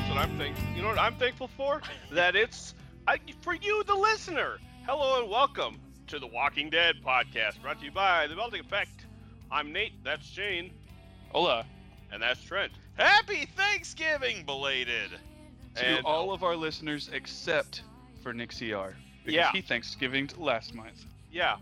You know what I'm thankful for? that it's I, for you, the listener. Hello and welcome to the Walking Dead podcast, brought to you by The Melting Effect. I'm Nate. That's Shane, Hola and that's Trent. Happy Thanksgiving, belated. to And- all of our listeners except for Nick CR. Because Yeah. he Thanksgiving last month. Yeah,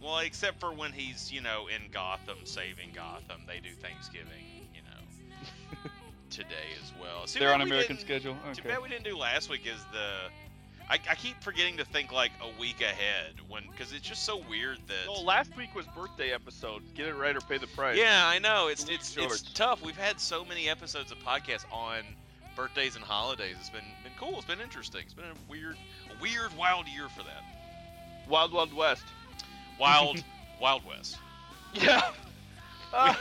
Well, except for when he's, you know, in Gotham saving Gotham, they do Thanksgiving, you know, today as well. See, They're on American schedule. Too Okay. bad we didn't do last week is the. I, I keep forgetting to think like a week ahead when because it's just so weird that. No, last week was birthday episode. Get it right or pay the price. yeah, I know it's Week it's shorts. it's tough. We've had so many episodes of podcasts on birthdays and holidays. It's been been cool. It's been interesting. It's been a weird a weird wild year for that. Wild Wild West. Wild Wild West. Yeah. Ah,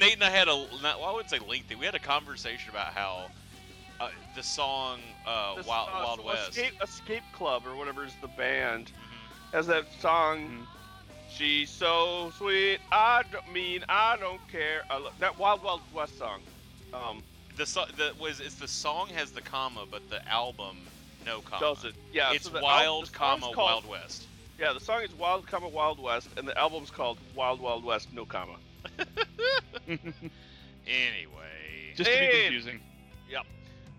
Nate and I had a not, well, I wouldn't say lengthy. We had a conversation about how uh, the song uh, this, Wild, uh, Wild West. Escape, Escape Club or whatever is the band Mhm. has that song. She's so sweet. I don't mean I don't care. I love, that Wild Wild West song. Um, The so- the was it's the song has the comma, but the album no comma. does it? Yeah. it's so the al- Wild the song's comma called- Wild West. Yeah, the song is Wild comma Wild West, and the album's called Wild Wild West no comma. Anyway, Just to be Hey. confusing.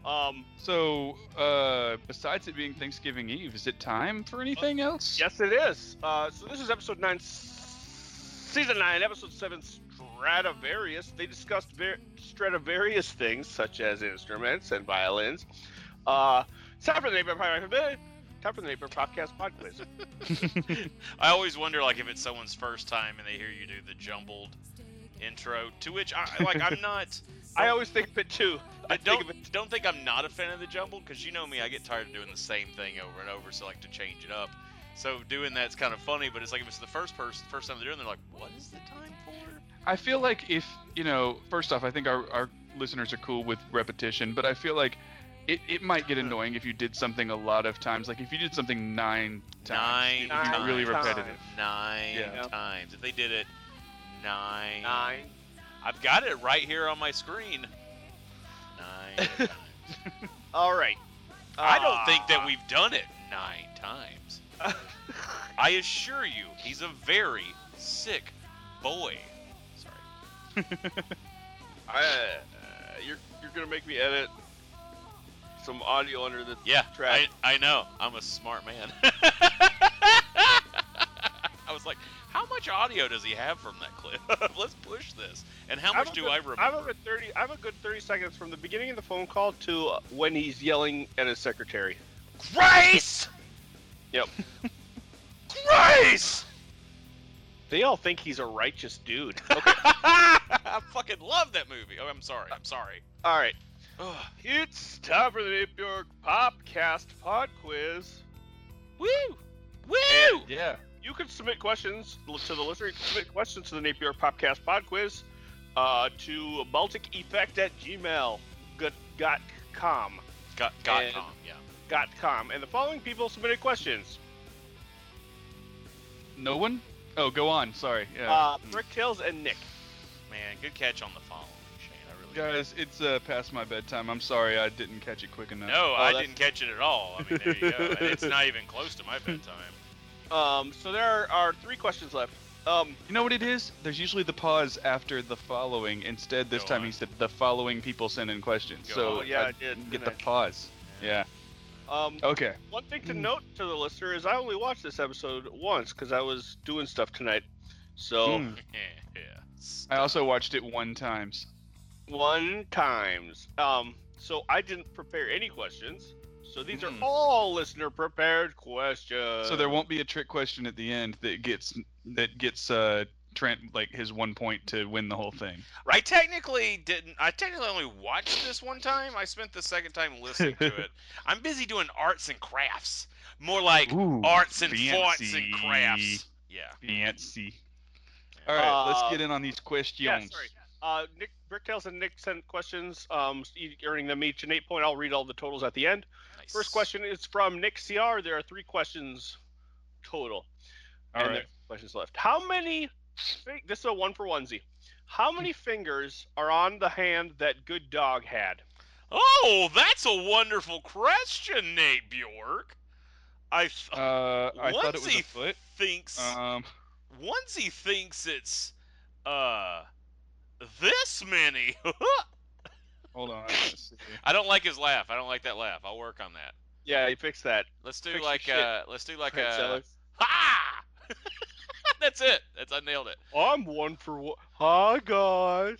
Um, So, uh, besides it being Thanksgiving Eve, is it time for anything Uh, else? yes, it is. Uh, so this is episode nine, s- season nine, episode seven, Stradivarius. They discussed ver- Stradivarius things such as instruments and violins. Uh, it's time for the Neighbor Podcast. eh, Time for the Neighbor Podcast pod quiz. I always wonder like if it's someone's first time and they hear you do the jumbled intro, to which I like I'm not. I always think of it too. I But don't think of it. don't think I'm not a fan of the jumbled because you know me, I get tired of doing the same thing over and over. So I like to change it up. So doing that's kind of funny, but it's like if it's the first person, first time they're doing, it, they're like, "What is the time for?" I feel like if you know, first off, I think our, our listeners are cool with repetition, but I feel like it, it might get annoying if you did something a lot of times. Like if you did something nine times, Nine, it would be times. really times. repetitive. Nine Yeah. times. If they did it nine, Nine. I've got it right here on my screen. Nine. times. All right. I don't think that Uh, we've done it nine times. I assure you, he's a very sick boy. Sorry. I, uh, you're you're gonna make me edit some audio under the Yeah, track. I, I know. I'm a smart man. I was like, how much audio does he have from that clip? Let's push this. And how I'm much a do good- I remember? I'm a good thirty. I'm a good thirty seconds from the beginning of the phone call to uh, when he's yelling at his secretary. Grace! Yep. Grace! They all think he's a righteous dude. I fucking love that movie. Oh, I'm sorry. I'm sorry. all right, Ugh. it's time for the Nate Bjork Popcast Pod Quiz. Woo! Woo! And- Yeah. You can submit questions to the listener. You can submit questions to the Napier Popcast Pod Quiz uh, to Baltic Effect at Gmail. Got, got com. got got and- Tom, yeah. Got com. And the following people submitted questions. No one? Oh, go on. Sorry. Yeah. Uh, Rick Tails and Nick. Man, good catch on the following, Shane. I really did. Guys, it's uh, past my bedtime. I'm sorry I didn't catch it quick enough. No, Oh, I that's- didn't catch it at all. I mean, there you go. And it's not even close to my bedtime. Um, so there are, are three questions left. Um, You know what it is? There's usually the pause after the following. Instead, this Go time on. he said the following people send in questions. Go so oh, yeah, I I did. didn't get the Oh. didn't pause. Yeah. I? Um, Okay. One thing to Mm. note to the listener is I only watched this episode once because I was doing stuff tonight. So Mm. yeah. I also watched it one times. one times. Um, so I didn't prepare any questions. So these Mm. are all listener prepared questions. uh, so there won't be a trick question at the end that gets that gets uh, Trent like his one point to win the whole thing. I technically didn't. I technically only watched this one time. I spent the second time listening to it. I'm busy doing arts and crafts, more like Ooh, arts and fonts and crafts. Yeah. Fancy. All right, Uh, let's get in on these questions. yeah, sorry. Uh, Nick Bricktails and Nick sent questions, um, e- earning them each an eight point. I'll read all the totals at the end. Nice. First question is from Nick CR. There are three questions total. All and right. there's questions left. How many? fi- This is a Hmm. one for onesie. How many fingers are on the hand that good dog had? Oh, that's a wonderful question, Nate Bjork. I th- Uh, I thought it was a Onesie foot. thinks Um, onesie thinks it's uh this many. hold on. let's see. I don't like his laugh. I don't like that laugh. I'll work on that. Yeah, you fix that. Let's do Fix your like shit, uh let's do like Trent a Sellers. ha. that's it. That's I nailed it. I'm one for one. Hi guys.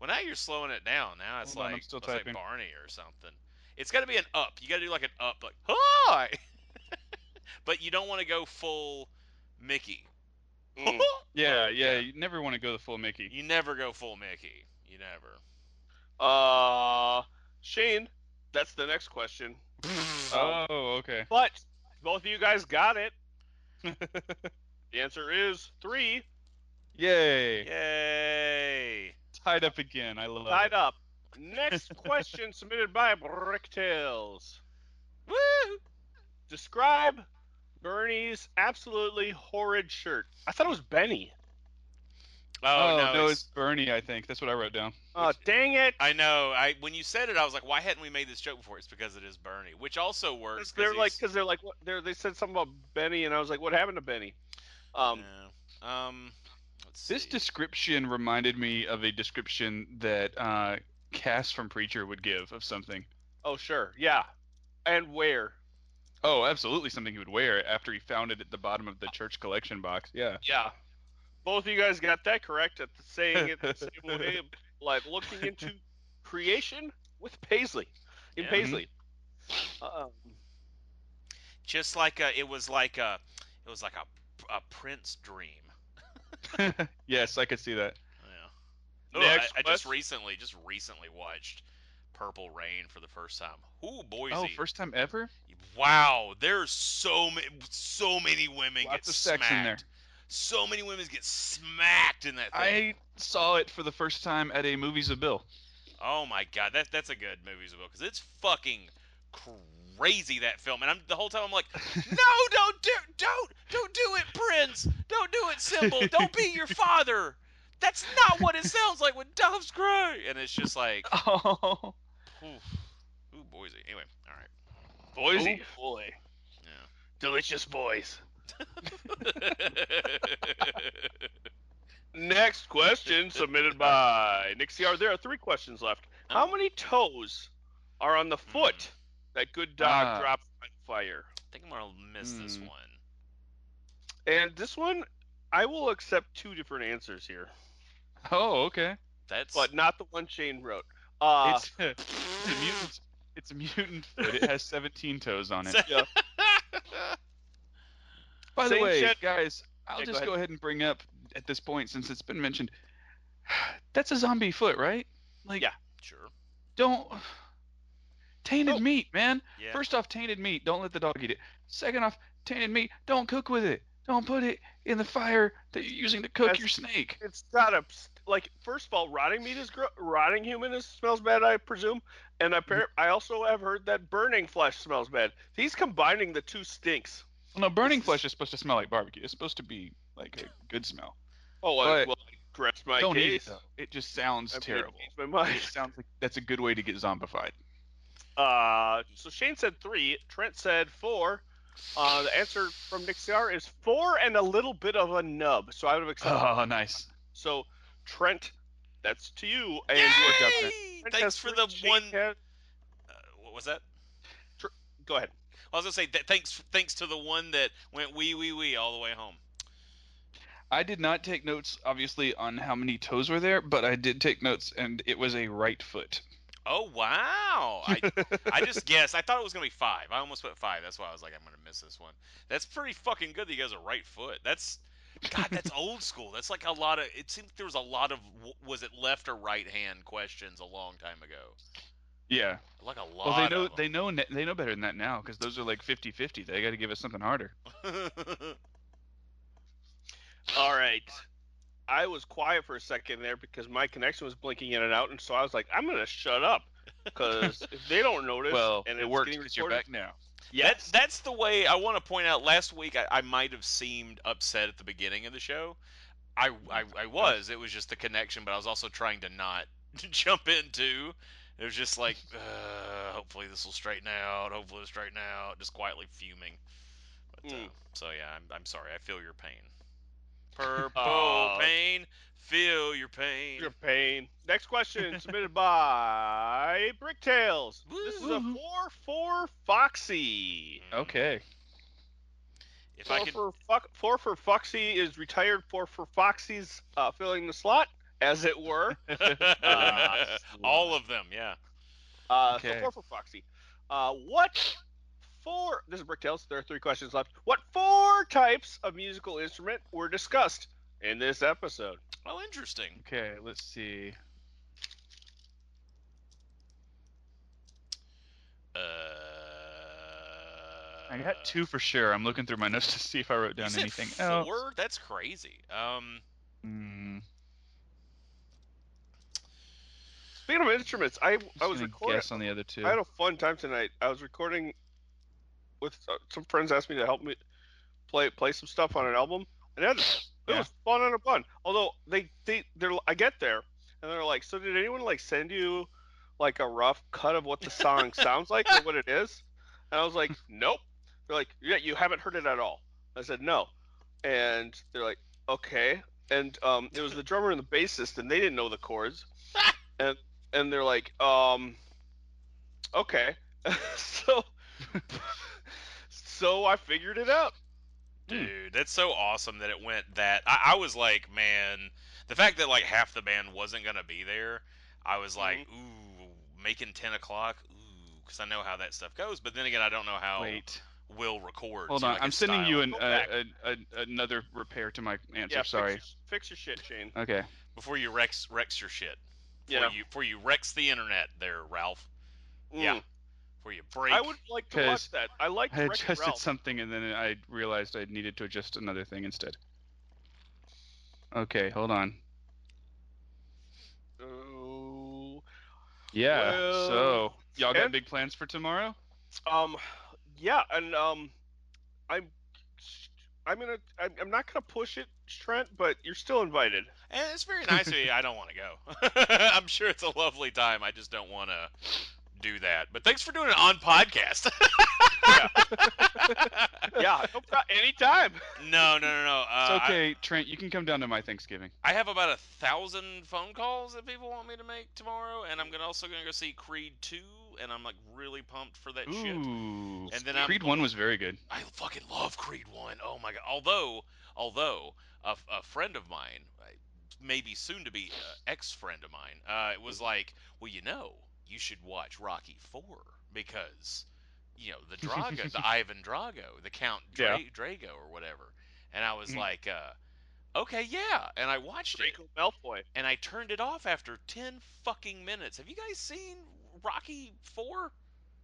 Well, now you're slowing it down. Now it's Hold on, like I'm still it's like typing. Barney or something. It's got to be an up. You got to do like an up, like hi. but you don't want to go full Mickey. Mm. Yeah, yeah. You never want to go the full Mickey. you never go full Mickey. You never. Uh, Shane, that's the next question. Oh, okay. But both of you guys got it. the answer is three. Yay! Yay! Tied up again. I love Tied it. up. Next question submitted by Bricktails. Woo! Describe Bernie's absolutely horrid shirt. I thought it was Benny. Oh, no, it's... it's, Bernie. I think that's what I wrote down. Oh, dang it. I know. I when you said it, I was like, why hadn't we made this joke before? It's because it is Bernie, which also works. 'Cause they're like, he's- because they're like, what, they're, they said something about Benny, and I was like, what happened to Benny? Um, yeah. um, let's This see. description reminded me of a description that uh, Cass from Preacher would give of something. Oh, sure. Yeah. And where? Oh, absolutely something he would wear after he found it at the bottom of the church collection box. Yeah. Yeah. Both of you guys got that correct at the saying it the same way, like looking into creation with Paisley. In Yeah. Paisley. Um, just like a, it was like a, it was like a, a prince dream. yes, I could see that. Yeah. Ooh, next Oh, I, I just quest- recently, just recently watched Purple Rain for the first time. Ooh, Boise! Oh, first time ever? Wow, there's so many, so many women Lots get of sex smacked. in there. So many women get smacked in that thing. I saw it for the first time at a Movies of Bill. Oh my god, that that's a good movie as well because it's fucking crazy that film, and I'm the whole time I'm like, no, don't do, don't, don't do it, Prince, don't do it, Symbol, don't be your father. That's not what it sounds like when doves cry, and it's just like, Oh. oof, ooh, Boise. Anyway, all right, Boise. Oh, boy. yeah. Delicious boys. Next question submitted by Nick CR. There are three questions left. How Oh. many toes are on the foot Hmm. that good dog Ah. dropped on fire? I think I'm gonna miss this Hmm. one. And this one, I will accept two different answers here, Oh, okay. That's but not the one Shane wrote. Uh, It's, it's a mutant. It's a mutant foot. It has 17 toes on it. By the Same way, shit. guys, I'll Yeah, go just ahead. go ahead. and bring up at this point, since it's been mentioned, that's a zombie foot, right? Like, Yeah. sure. don't tainted No. meat, man. Yeah. First off, tainted meat. Don't let the dog eat it. Second off, tainted meat. Don't cook with it. Don't put it in the fire that you're using to cook That's- your snake. it's got a like. First of all, rotting meat is gro- rotting human is smells bad, I presume. And I, Mm-hmm. I also have heard that burning flesh smells bad. He's combining the two stinks. Well, no, This burning is- flesh is supposed to smell like barbecue. It's supposed to be like a good smell. Oh, I, But- well, I rest my don't eat it case. though. It just sounds I mean, it terrible. changed my It mind. sounds like that's a good way to get zombified. Uh, so Shane said three. Trent said four. Uh, the answer from Nick CR is four and a little bit of a nub. So I would have accepted. Oh, nice. So Trent, that's to you. And you are done. done. Yay! Trent Thanks has for three, the Shane one. has- Uh, what was that? Go ahead. I was gonna say that thanks thanks to the one that went wee wee wee all the way home. I did not take notes, obviously, on how many toes were there, but I did take notes, and it was a right foot. Oh wow! I, I just guessed. I thought it was gonna be five. I almost put five. That's why I was like, I'm gonna miss this one. That's pretty fucking good that you guys are right foot. That's God. That's old school. That's like a lot of. It seemed there was a lot of w- was it left or right hand questions a long time ago. Yeah. Like a lot. Well, they know of they know ne- they know better than that now because those are like 50-50. They got to give us something harder. them. All right. I was quiet for a second there because my connection was blinking in and out, and so I was like, I'm gonna shut up because if they don't notice, Well, and and it it's worked getting because you're recorded- back now. That, Yes. that's the way I want to point out. Last week, I, I might have seemed upset at the beginning of the show. I, I, I was. It was just the connection, but I was also trying to not jump into It was just like, uh, hopefully this will straighten out. Hopefully it'll straighten out. Just quietly fuming. But, uh, Mm. so yeah, I'm, I'm sorry. I feel your pain. Purple Aw. pain. Feel your pain. Oh. Your pain. Next question submitted by Bricktails. This is a Woo. 4 4 Foxy. Mm. Okay. If Four I could. for, fuck, four for Foxy is retired Four for Foxy's uh, filling the slot, as it were. Ah, all of them, yeah. Uh, Okay. So four for Foxy. Uh, what four? This is Bricktails. There are three questions left. What four types of musical instrument were discussed in this episode? Well, interesting. Okay. Let's see. Uh, I Uh, got two for sure. I'm looking through my notes to see if I wrote you down said anything four? else. That's crazy. Um, Mm, Speaking of instruments, I'm I I just was gonna recording. guess on the other two. I had a fun time tonight. I was recording with uh, some friends. Asked me to help me play play some stuff on an album, and it, was- it Yeah. was fun on a bun. Although they they they're I get there, and they're like, "So did anyone like send you like a rough cut of what the song sounds like or what it is?" And I was like, "Nope." They're like, "Yeah, you haven't heard it at all." I said, "No," and they're like, "Okay." And um, it was the drummer and the bassist, and they didn't know the chords, and and they're like, um, "Okay." so, so I figured it out. Hmm. dude, that's so awesome that it went that. I, I was like, man, the fact that like half the band wasn't gonna be there, I was like, Mm-hmm. ooh, making ten o'clock, ooh, because I know how that stuff goes. But then again, I don't know how Wait. Will records. Hold and, on. like, I'm his sending style. you an, Go uh, back. a, a, another repair to my answer. fix Sorry. your- Fix your, shit, Shane. Okay. before you Rex Rex your shit. Before Yeah. you before you Rex the internet, there, Ralph. Yeah. Mm. Before you break. I would like to Because watch that. I like I Wreck-It adjusted Ralph. something and then I realized I needed to adjust another thing instead. Okay, hold on. Ooh. Yeah. Well, so y'all got and- big plans for tomorrow? Um, yeah, and um, I'm, I'm gonna, I'm, I'm not gonna push it, Trent, but you're still invited. And Eh, it's very nice of you. I don't want to go. I'm sure it's a lovely time. I just don't want to do that. But thanks for doing it on podcast. Yeah, no pro- anytime. no, no, no, no. Uh, I- it's okay, Trent. You can come down to my Thanksgiving. I, have about a thousand phone calls that people want me to make tomorrow, and I'm gonna also gonna go see Creed two, and I'm like really pumped for that shit. Ooh. And then I'm- Creed One was very good. I fucking love Creed One. Oh my god! Although, although a, f- a friend of mine, uh, maybe soon to be uh, ex friend of mine, uh, it was like, well, you know, you should watch Rocky Four because, you know, the Drago, the Ivan Drago, the Count Dra- Drago or whatever. And I was Mhm. like, uh, okay, yeah. And I watched it, Draco Malfoy. and I turned it off after ten fucking minutes. Have you guys seen Rocky Four?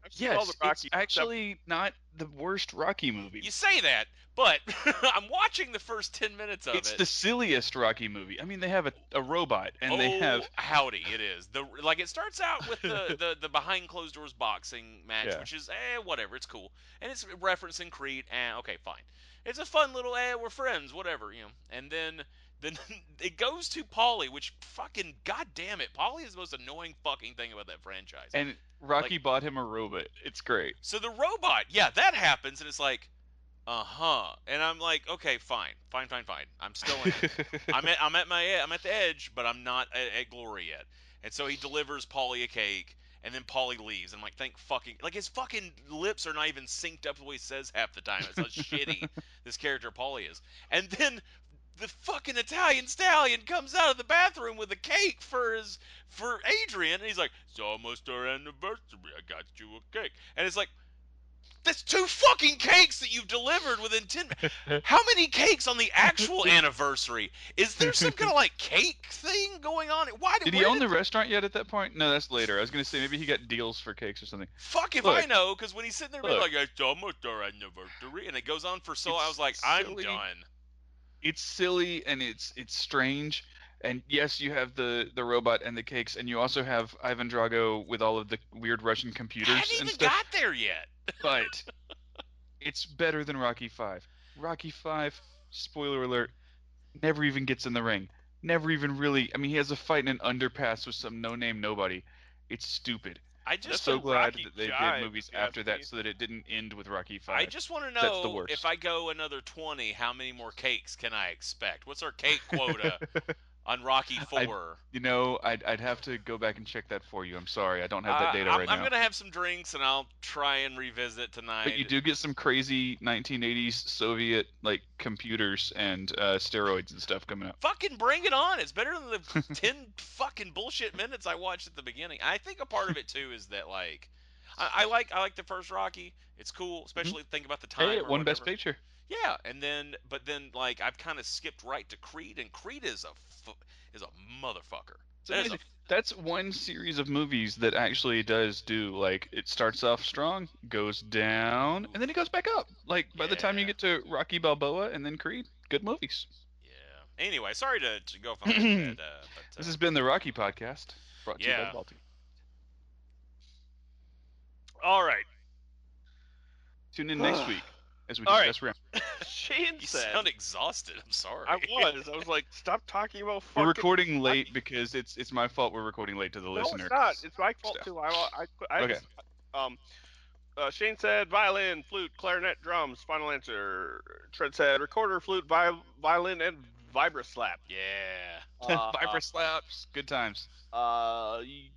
I've seen all Yes, the it's Rocky stuff. actually not the worst Rocky movie. You say that, but I'm watching the first ten minutes of it's it. the silliest Rocky movie. I mean, they have a, a robot and they have Oh, howdy it is the like it starts out with the the, the behind closed doors boxing match Yeah. which is eh whatever it's cool and it's referencing creed eh okay fine it's a fun little eh we're friends whatever you know and then then it goes to Polly which fucking goddamn it Polly is the most annoying fucking thing about that franchise and Rocky bought him a robot. It's great. so the robot, yeah, that happens, and it's like, uh huh. And I'm like, okay, fine, fine, fine, fine. I'm still in. it. I'm at, I'm at my, e- I'm at the edge, but I'm not at, at glory yet. And so he delivers Polly a cake, and then Polly leaves. I'm like, thank fucking, like his fucking lips are not even synced up the way he says half the time. It's how shitty this character Polly is. And then the fucking Italian stallion comes out of the bathroom with a cake for his for Adrian, and he's like, "It's almost our anniversary. I got you a cake." And it's like, "That's two fucking cakes that you've delivered within ten. mi- How many cakes on the actual anniversary? Is there some kind of like cake thing going on? Why Did he where own the restaurant yet at that point? No, that's later. I was gonna say maybe he got deals for cakes or something. Fuck if I Look. know, because when he's sitting there being like, Look. "It's almost our anniversary," and it goes on for so, long, I It's was like, "I'm silly. done." It's silly and it's it's strange. And yes, you have the the robot and the cakes, and you also have Ivan Drago with all of the weird Russian I computers haven't even and stuff. got there yet. But it's better than Rocky Five. Rocky Five, spoiler alert, never even gets in the ring. Never even really. I mean, he has a fight in an underpass with some no name nobody. It's stupid. I just so a glad Rocky that they jive, did movies if you ask after that me. so that it didn't end with Rocky Five. I just want to That's the know worst. if I go another 20, how many more cakes can I expect? What's our cake quota on Rocky 4? you know, I'd, I'd have to go back and check that for you. I'm sorry, I don't have that data Uh, I'm, right I'm now. going to have some drinks and I'll try and revisit tonight. But you do get some crazy 1980s Soviet like computers and uh, steroids and stuff coming up. Fucking bring it on. It's better than the 10 fucking bullshit minutes I watched at the beginning. I think a part of it too is that like I, I like I like the first Rocky. It's cool, especially think about the time. Mm-hmm. Hey, or it won Best whatever. Picture. Yeah, and then but then like I've kind of skipped right to Creed, and Creed is a fu- is a motherfucker. It's That is a amazing. That's one series of movies that actually does do like it starts off strong, goes down, and then it goes back up. Like by the time you Yeah. get to Rocky Balboa and then Creed, good movies. yeah. Anyway, sorry to, to go from that. Uh, but, uh, This has been the Rocky podcast. Brought to you by Yeah. the Baltic. All right. Tune in next week as we All right. discuss round. Shane you said. sound exhausted. I'm sorry. I was. I was like, stop talking about fucking. We're recording late because it's it's my fault. We're recording late to the No, listener. it's not. It's my fault Stuff. too. I, I, I Okay. um, uh, Shane said violin, flute, clarinet, drums. Final answer. Trent said recorder, flute, vi- violin, and vibraslap. Yeah. Uh, Viper slaps. Good times. Uh, y-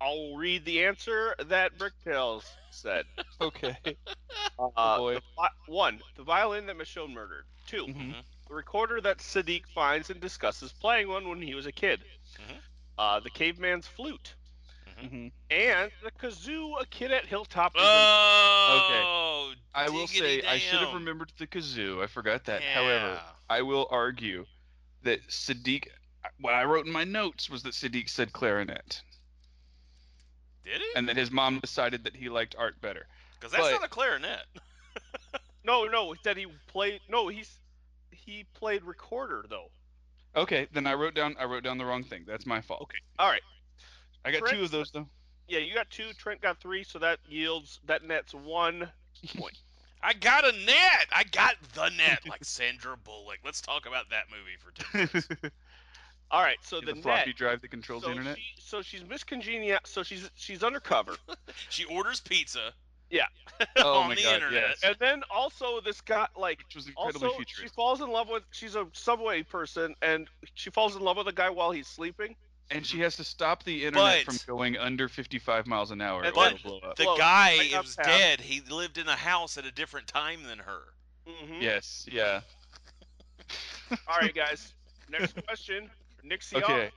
I'll read the answer that Bricktails said. Okay. Uh, boy. the vi- one, the violin that Michonne murdered. 2 Mhm. the recorder that Sadiq finds and discusses playing one when he was a kid. Mhm. Uh, the caveman's flute. Mhm. And the kazoo, a kid at Hilltop. was in- Uh. Oh. I will say I should have diggity-damn. remembered the kazoo. I forgot that. However, Yeah. I will argue that Sadiq. What I wrote in my notes was that Sadiq said clarinet, did he? and that his mom decided that he liked art better. Because that's but- not a clarinet. no, no, that he played. No, he's he played recorder though. Okay, then I wrote down I wrote down the wrong thing. That's my fault. Okay. All right. I got Correct. two of those though. Yeah, you got two. Trent got three, so that yields that nets one. I got a net. I got the net, like Sandra Bullock. Let's talk about that movie for two. minutes. All right, so the, the, net. floppy drive that controls so the internet. She, so she's miscongenial. So she's she's undercover, She orders pizza. Yeah. Oh on my the God, internet. yes. and then also this guy like which was incredibly also she futuristic. falls in love with she's a subway person and she falls in love with a guy while he's sleeping. And she has to stop the internet But- from going under 55 miles an hour. And or it'll but blow up. The Well, guy like is uptown. dead. He lived in a house at a different time than her. Mm-hmm. Yes, yeah. All right, guys. Next question. Nick Ciar. Okay.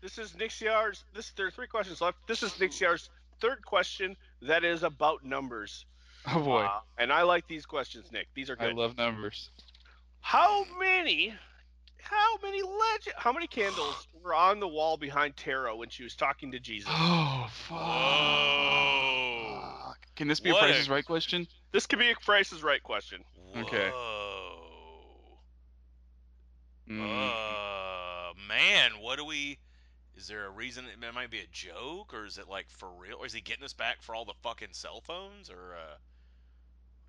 This is Nick Ciar's. This there are three questions left. This is Nick Ciar's third question that is about numbers. Oh boy, Uh, and I like these questions, Nick. These are I good. love numbers. how many? How many legend? How many candles were on the wall behind Tara when she was talking to Jesus? Oh fuck. Whoa. Can this be What a Price a- is Right question? This could be a Price is Right question. Okay. Whoa. Mm. Uh, man, what do we? Is there a reason? It might be a joke, or is it like for real? Or is he getting us back for all the fucking cell phones? Or uh,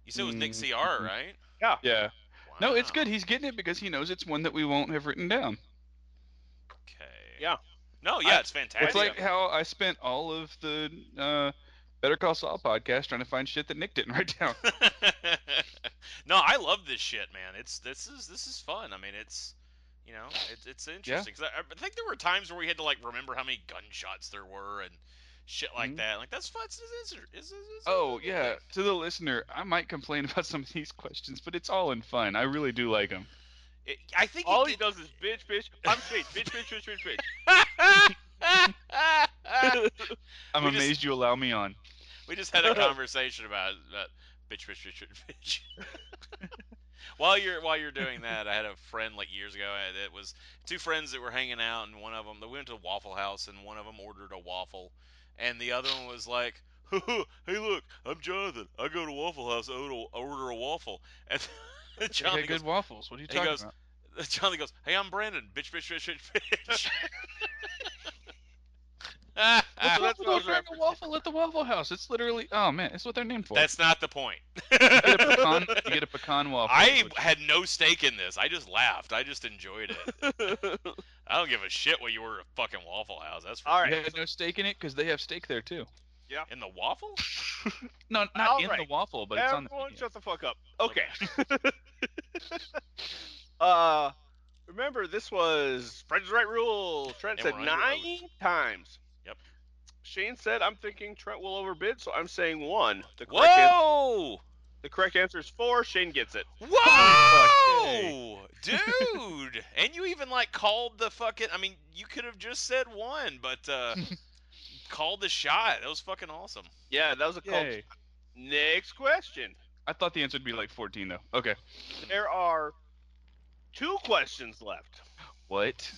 you said it was Nick Mm, Cr, mhm. right? Yeah. No, it's Wow. good. He's getting it because he knows it's one that we won't have written down. Okay. Yeah. No, yeah, I- it's fantastic. It's like how I spent all of the uh, Better Call Saul podcast trying to find shit that Nick didn't write down. no, I love this shit, man. It's this is this is fun. I mean, it's you know, it, it's interesting. 'Cause I, I think there were times where we had to like remember how many gunshots there were and shit like Mhm. that. Like that's fun. It's, it's, it's, it's, it's- Oh it's- yeah, to the listener, I might complain about some of these questions, but it's all in fun. I really do like them. It- I think All he he did- does is bitch, bitch. I'm straight. Bitch, bitch, bitch, bitch, bitch. I'm We just- amazed you allow me on. we just had a conversation about about bitch, bitch, bitch, bitch, bitch. while you're while you're doing that, I had a friend like years ago. I- It was two friends that were hanging out, and one of them we went to a Waffle House, and one of them ordered a waffle, and the other one was like. hey, look! I'm Jonathan. I go to Waffle House. I order I order a waffle, and They got Jonathan good goes, waffles. What are you he talking goes, about? Jonathan goes, "Hey, I'm Brandon. Bitch, bitch, bitch, bitch, bitch." So "Ah, That's that's what I was Waffle a waffle at the Waffle House. It's literally oh man, it's what they're named for. not the point. you get a pecan, you get a pecan waffle. I which- had no stake in this. I just laughed. I just enjoyed it. I don't give a shit what you order at fucking Waffle House. That's for All you right. had no steak in it because they have steak there too. in the waffle. No, not in the Alright. waffle, but it's on the. Everyone menu. shut the fuck up. Okay. uh, remember, this was Fred's right rule. Trent And said we're under oath. nine times. Yep. Shane said, I'm thinking Trent will overbid, so I'm saying one. The correct, answer, Whoa! the correct answer is four. Shane gets it. Whoa, dude! And you even like called the fucking. I mean, you could have just said one, but uh, called the shot. That was fucking awesome. Yeah, that was a call. Yay. Next question. I thought the answer would be like 14 though. Okay. There are two questions left. What?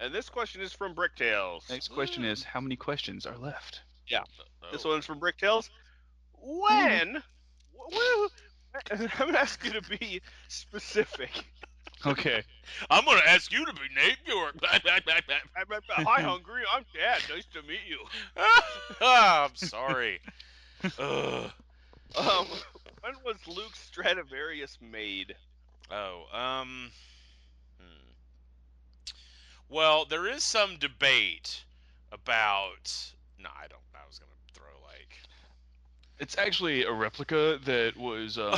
And this question is from Bricktails. Next question is how many questions are left? This Oh. one's from Bricktails. When? wh- wh- I'm gonna ask you to be specific. Okay. I'm gonna ask you to be Nate York. I'm, I'm, hi, hungry. I'm Dad. Nice to meet you. Ah, I'm sorry. Ugh. Um, when was Luke Stradivarius made? Oh, um. hmm. Well, there is some debate about. No, I don't. I was gonna throw like. It's actually a replica that was um,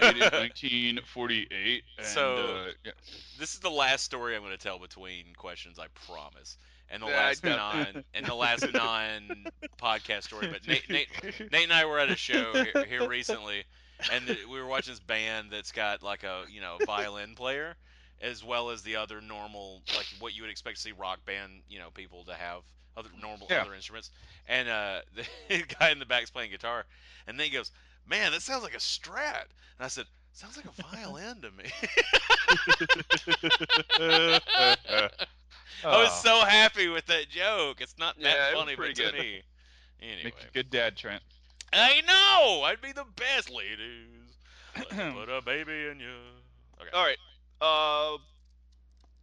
made in 1948. And, So- uh, yeah. This is the last story I'm gonna tell between questions. I promise. And the Yeah, I last know. non and the last non podcast story. But Nate, Nate, Nate and I were at a show here, here recently, and th- we were watching this band that's got like a you know violin player, as well as the other normal like what you would expect to see rock band you know people to have other normal Yeah. other instruments. And uh, the guy in the back's playing guitar, and then he goes, "Man, that sounds like a Strat." And I said, "Sounds like a violin to me." I was Oh, so happy with that joke. It's not that Oh. Yeah, it was funny, but pretty to good. me, anyway. Make a good dad, Trent. I know. I'd be the best, ladies. Let's put a baby in you. Okay. All right. Uh,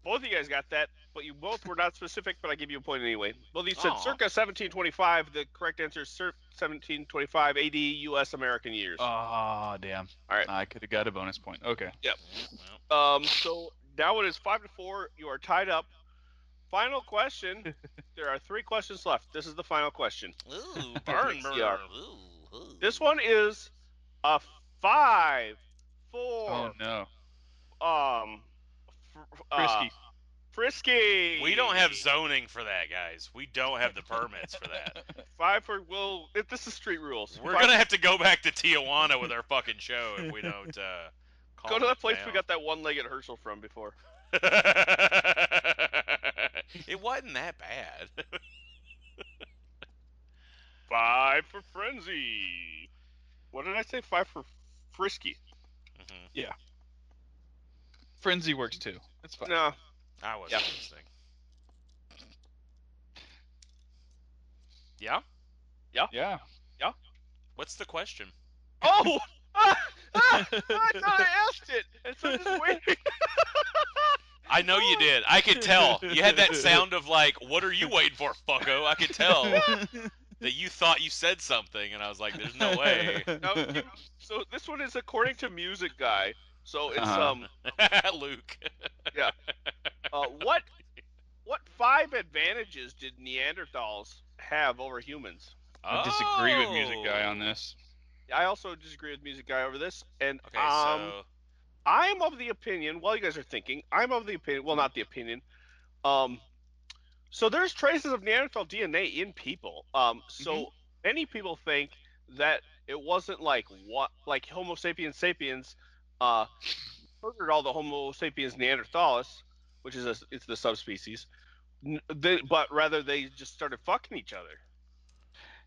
both of you guys got that, but you both were not specific. But I give you a point anyway. Well, you said Aw. circa 1725. The correct answer is cir- 1725 AD U.S. American years. Oh, damn. All right. I could have got a bonus point. Okay. Well, Um, so now it is five to four. You are tied up. Final question. there are three questions left. This is the final question. Ooh, burn, burn. Yeah. Ooh, ooh. This one is a five, Oh four, no. Oh. um, fr- uh, Frisky. frisky. We don't have zoning for that, guys. We don't have the permits for that. five for will. If this is street rules, We're Five- gonna have to go back to Tijuana with our fucking show if we don't. Uh, calm go to that it place we down. got that one-legged Herschel from before. it wasn't that bad. Five for frenzy. What did I say? Five for frisky. Mhm. Frenzy works too. That's fine. No, I wasn't Yeah. listening. Yeah. Yeah. What's the question? Oh! Ah, ah, I thought I asked it, and so I'm just waiting. I know you did. I could tell. You had that sound of like, "What are you waiting for, fucko?" I could tell that you thought you said something, and I was like, "There's no way." No, you- so this one is according to Music Guy. So it's Uh-huh. um, Luke. uh, what what five advantages did Neanderthals have over humans? I disagree with Music Guy Oh. on this. I also disagree with Music Guy over this, and Okay, um, so I'm of the opinion. While you guys are thinking, I'm of the opinion. Well, not the opinion. Um, so there's traces of Neanderthal DNA in people. Um, so many people think that it wasn't like what, like Homo sapiens sapiens, uh, murdered all the Homo sapiens Neanderthalis, which is a, it's the subspecies. N- They, but rather they just started fucking each other.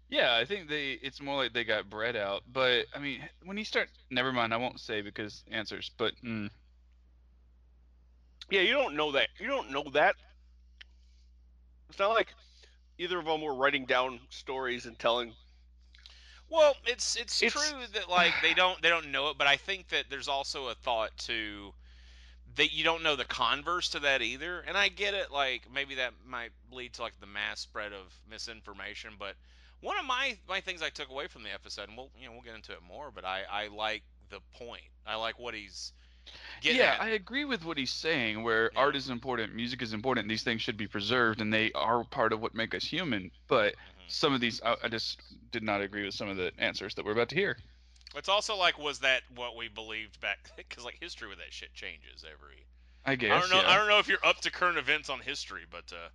Yeah, I think they. It's more like they got bred out. But I mean, when you start, never mind. I won't say because answers. But mm, Yeah, you don't know that. You don't know that. It's not like either of them were writing down stories and telling well, it's, it's it's- true that like they don't they don't know it, but I think that there's also a thought to that you don't know the converse to that either. And I get it, like maybe that might lead to like the mass spread of misinformation. But one of my my things I took away from the episode, and we'll you know we'll get into it more, but I I like the point. I like what he's getting. yeah, at. I agree with what he's saying. Where art is important, music is important. These things should be preserved, and they are part of what make us human. But Mhm. some of these, I, I just did not agree with some of the answers that we're about to hear. It's also like was that what we believed back? Because like history with that shit changes every. I guess. I don't know. yeah. I don't know if you're up to current events on history, but uh,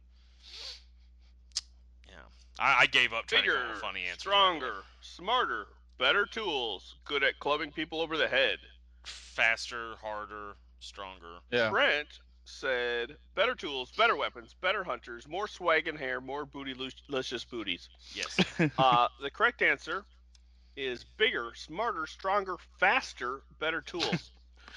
yeah, I, I gave up trying to Bigger, come up with funny answers. stronger, smarter, better tools, good at clubbing people over the head. faster, harder, stronger. Yeah. Brent said, "Better tools, better weapons, better hunters, more swag and hair, more booty licious booties." Yes. Uh, the correct answer is bigger, smarter, stronger, faster, better tools.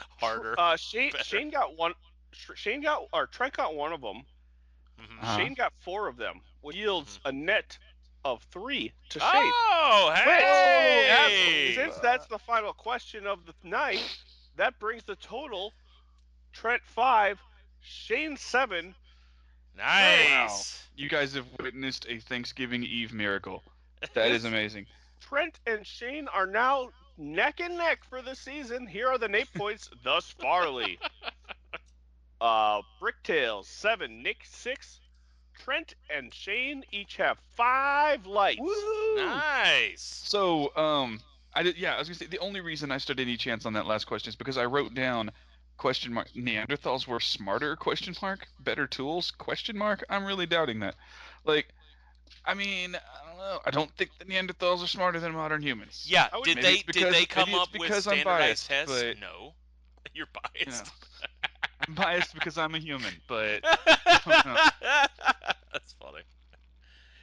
harder. Uh, Shane, Better. Shane got one. Sh- Shane got or Trent got one of them. Mhm. Uh-huh. Shane got four of them, which yields a net of three to Shane. Oh, Which, Mm-hmm. hey! as- since that's the final question of the night, that brings the total Trent five, Shane seven. nice. You guys have witnessed a Thanksgiving Eve miracle. That is amazing. Trent and Shane are now neck and neck for the season. Here are the Nate points thus farly. Uh, Bricktails seven, Nick six. Trent and Shane each have five lights. Nice. So, um, I did. Yeah, I was gonna say the only reason I stood any chance on that last question is because I wrote down question mark Neanderthals were smarter question mark better tools question mark. I'm really doubting that. Like, I mean, I don't know. I don't think the Neanderthals are smarter than modern humans. Yeah. I would- Did maybe they it's did because- they maybe come it's up with because I'm standardized biased, tests? but- No. You're You know, biased. I'm biased because I'm a human, but That's funny.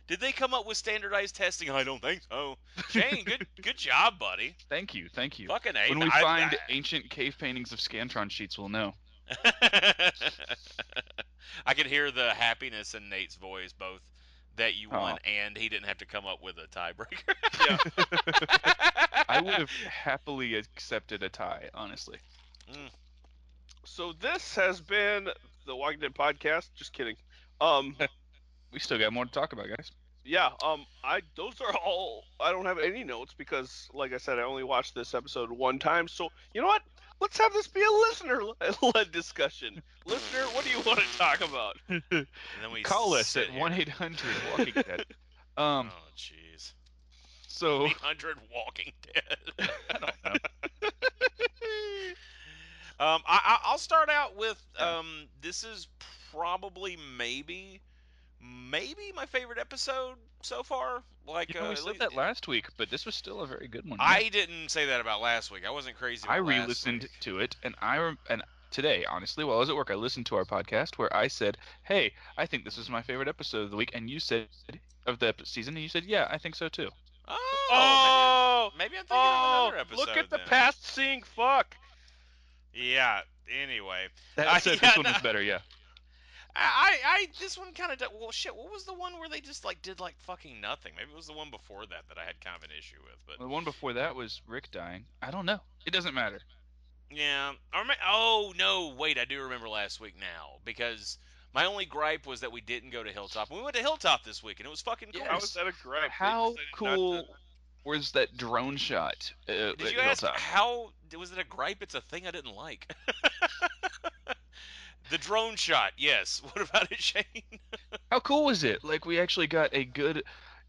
Did they come up with standardized testing? I don't think so. Shane, good good job, buddy. thank you, thank you. Fucking A. When we I- find I- ancient cave paintings of Scantron sheets, we'll know. I could hear the happiness in Nate's voice, both that you Aw. won and he didn't have to come up with a tiebreaker. Yeah. I would have happily accepted a tie, honestly. So this has been the Walking Dead podcast. Just kidding. Um, We still got more to talk about, guys. yeah. Um, I those are all. I don't have any notes because, like I said, I only watched this episode one time. So you know what? Let's have this be a listener-led discussion. Listener, what do you want to talk about? And then we Call us sit at here. one eight hundred Walking Dead. Um, Oh, jeez. so 100 Walking Dead. um, I, I, I'll start out with Yeah. um, this is probably maybe maybe my favorite episode so far. Like you know, uh, we at said least- that last week, but this was still a very good one. I didn't say that about last week. I wasn't crazy. I about last re-listened week. to it, and I rem- and today, honestly, while I was at work, I listened to our podcast where I said, "Hey, I think this is my favorite episode of the week," and you said of the ep- season, and you said, "Yeah, I think so too." Oh, Oh, maybe, maybe I'm thinking oh, of another episode. look at the then. past seeing fuck. Yeah. Anyway, That Uh, said, yeah, this one was no. better. Yeah. I, I, I this one kind of well, shit. What was the one where they just like did like fucking nothing? Maybe it was the one before that that I had kind of an issue with, but The one before that was Rick dying. I don't know. It doesn't matter. yeah. Or may, oh no, wait, I do remember last week now because my only gripe was that we didn't go to Hilltop. We went to Hilltop this week and it was fucking cool. How is that a gripe? They How decided not to- cool was that drone shot? Uh, Did at you ask Hilltop? how was it a gripe? It's a thing I didn't like. the drone shot, yes. What about it, Shane? How cool was it? Like we actually got a good.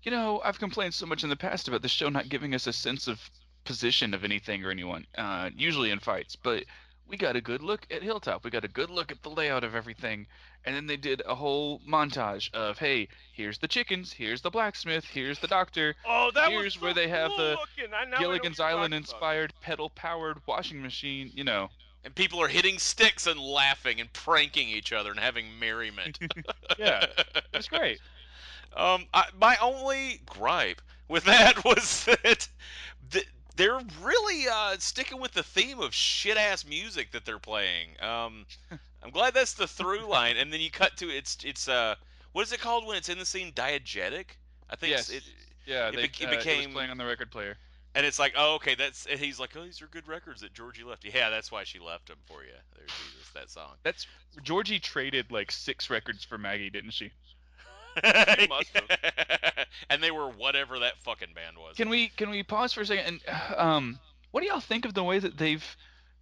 You know, I've complained so much in the past about the show not giving us a sense of position of anything or anyone, uh, usually in fights. But we got a good look at Hilltop. We got a good look at the layout of everything, and then they did a whole montage of, "Hey, here's the chickens. Here's the blacksmith. Here's the doctor. Oh, that was Here's so where they have cool the looking. I- now I know what Gilligan's you're talking Island about. inspired pedal powered washing machine. You know, And people are hitting sticks and laughing and pranking each other and having merriment. yeah, it's great. Um, I, my only gripe with that was that th- they're really uh, sticking with the theme of shit ass music that they're playing. Um, I'm glad that's the through line, and then you cut to it's it's uh what is it called when it's in the scene diegetic? I think it's- Yes. it, Yeah, It they, bec- it uh, was became- playing on the record player. And it's like, oh, okay, that's. And he's like, oh, these are good records that Georgie left. you." Yeah, that's why she left them for you. There, Jesus, that song. That's Georgie traded like six records for Maggie, didn't she? must and they were whatever that fucking band was. Can we can we pause for a second and um, what do y'all think of the way that they've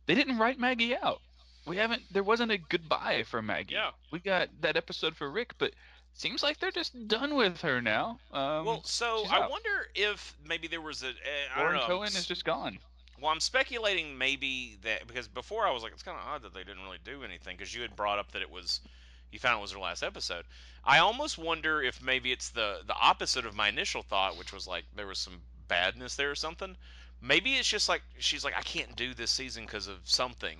they didn't write Maggie out? We haven't. There wasn't a goodbye for Maggie. Yeah. We got that episode for Rick, but seems like they're just done with her now. Um, well, so she's I out. wonder if maybe there was a. eh, I don't Warren know. Cohen is just gone. Well, I'm speculating maybe that because before I was like, it's kind of odd that they didn't really do anything because you had brought up that it was, you found it was their last episode. I almost wonder if maybe it's the the opposite of my initial thought, which was like there was some badness there or something. Maybe it's just like she's like, I can't do this season because of something,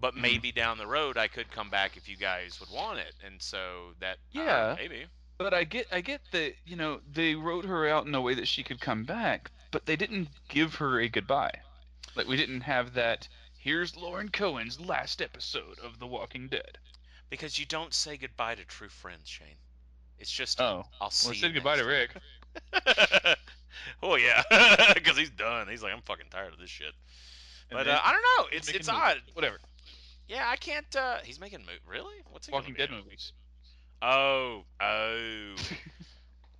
but Mhm. maybe down the road I could come back if you guys would want it, and so that I don't know, Yeah. maybe But I get I get that you know they wrote her out in a way that she could come back, but they didn't give her a goodbye. Like we didn't have that. Here's Lauren Cohen's last episode of The Walking Dead. because you don't say goodbye to true friends, Shane. It's just Oh, I'll see. well, it you said goodbye next to Rick. oh yeah, because he's done. He's like, I'm fucking tired of this shit. And But then uh, I don't know. he's It's making it's movies. odd. Whatever. Yeah, I can't. Uh, he's making mo- really. What's he gonna Walking be Dead in? movies. Oh oh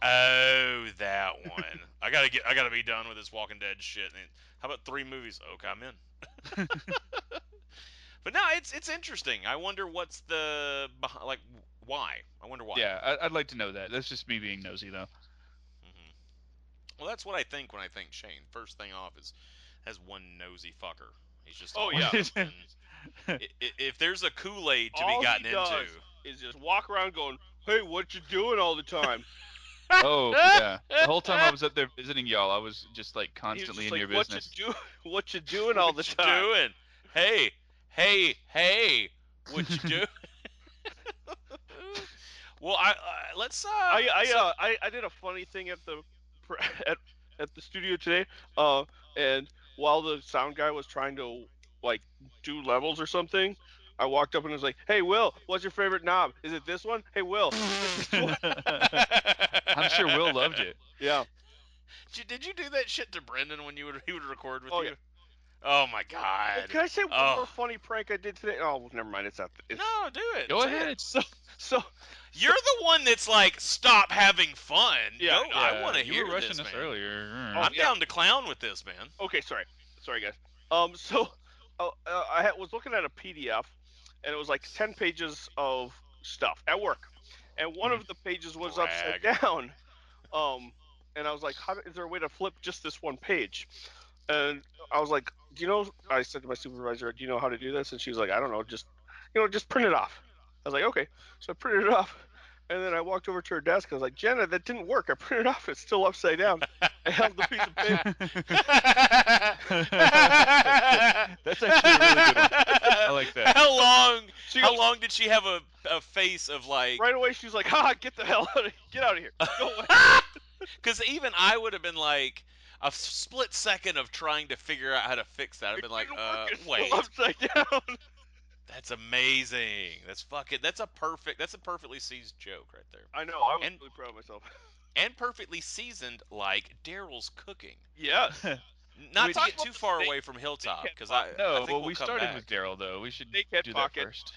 oh that one. I gotta get. I gotta be done with this Walking Dead shit. And how about three movies? Okay, I'm in. but no, it's it's interesting. I wonder what's the beh- like why. I wonder why. Yeah, I, I'd like to know that. That's just me being nosy though. hmm Well, that's what I think when I think Shane. First thing off is has one nosy fucker. He's just Oh, always yeah. up in- i- i- if there's a Kool Aid to All be he gotten into, does- Is just walk around going, hey, what you doing all the time? Oh yeah. The whole time I was up there visiting y'all, I was just like He was constantly just in your like, what business. You do- what you doing all the what you time? doing? Hey, hey, hey, what you do? well, I, I let's. Uh, I I, so- uh, I I did a funny thing at the pr- at at the studio today. Uh, and while the sound guy was trying to like do levels or something, I walked up and was like, "Hey, Will, what's your favorite knob? Is it this one? Hey, Will." I'm sure Will loved it. Yeah. uh, Did you, did you do that shit to Brendan when you would he would record with Oh, you? yeah. Oh my Well, god. can I say one Oh. more funny prank I did today? Oh, well, never mind. It's not. It's, No, do it. Go Say ahead. it. So so You're the one that's like, stop having fun. Yeah, Go- I Yeah, want to you hear were rushing this, man. earlier. I'm yeah. down to clown with this, man. okay, sorry, sorry guys. Um, so uh, uh, I had, was looking at a PDF, and it was like ten pages of stuff at work, and one of the pages was upside Brag. down. Um, and I was like, How, do- "Is there a way to flip just this one page?" And I was like, "Do you know?" I said to my supervisor, "Do you know how to do this?" And she was like, "I don't know. Just you know, just print it off." I was like, "Okay." So I printed it off. And then I walked over to her desk. I was like, Jenna, that didn't work. I printed it off. It's still upside down. I held the piece of paper Oh, That's actually a really good one. I like that. How long? She How goes- long did she have a, a face of like? right away she's like, "Ha, get the hell out of get out of here." Go away. Because even I would have been like a f- split second of trying to figure out how to fix that. I've been like, It didn't uh, work, it's still wait, upside down. that's amazing. That's fucking. That's a perfect. That's a perfectly seized joke right there, I know. I'm And- really proud of myself. and perfectly seasoned like Daryl's cooking. Yes. Not Which- to Talk get about too the far snake- away from Hilltop snake because I I no, think well, we'll we come started back. with Daryl though. We should Snakehead do pocket. that first.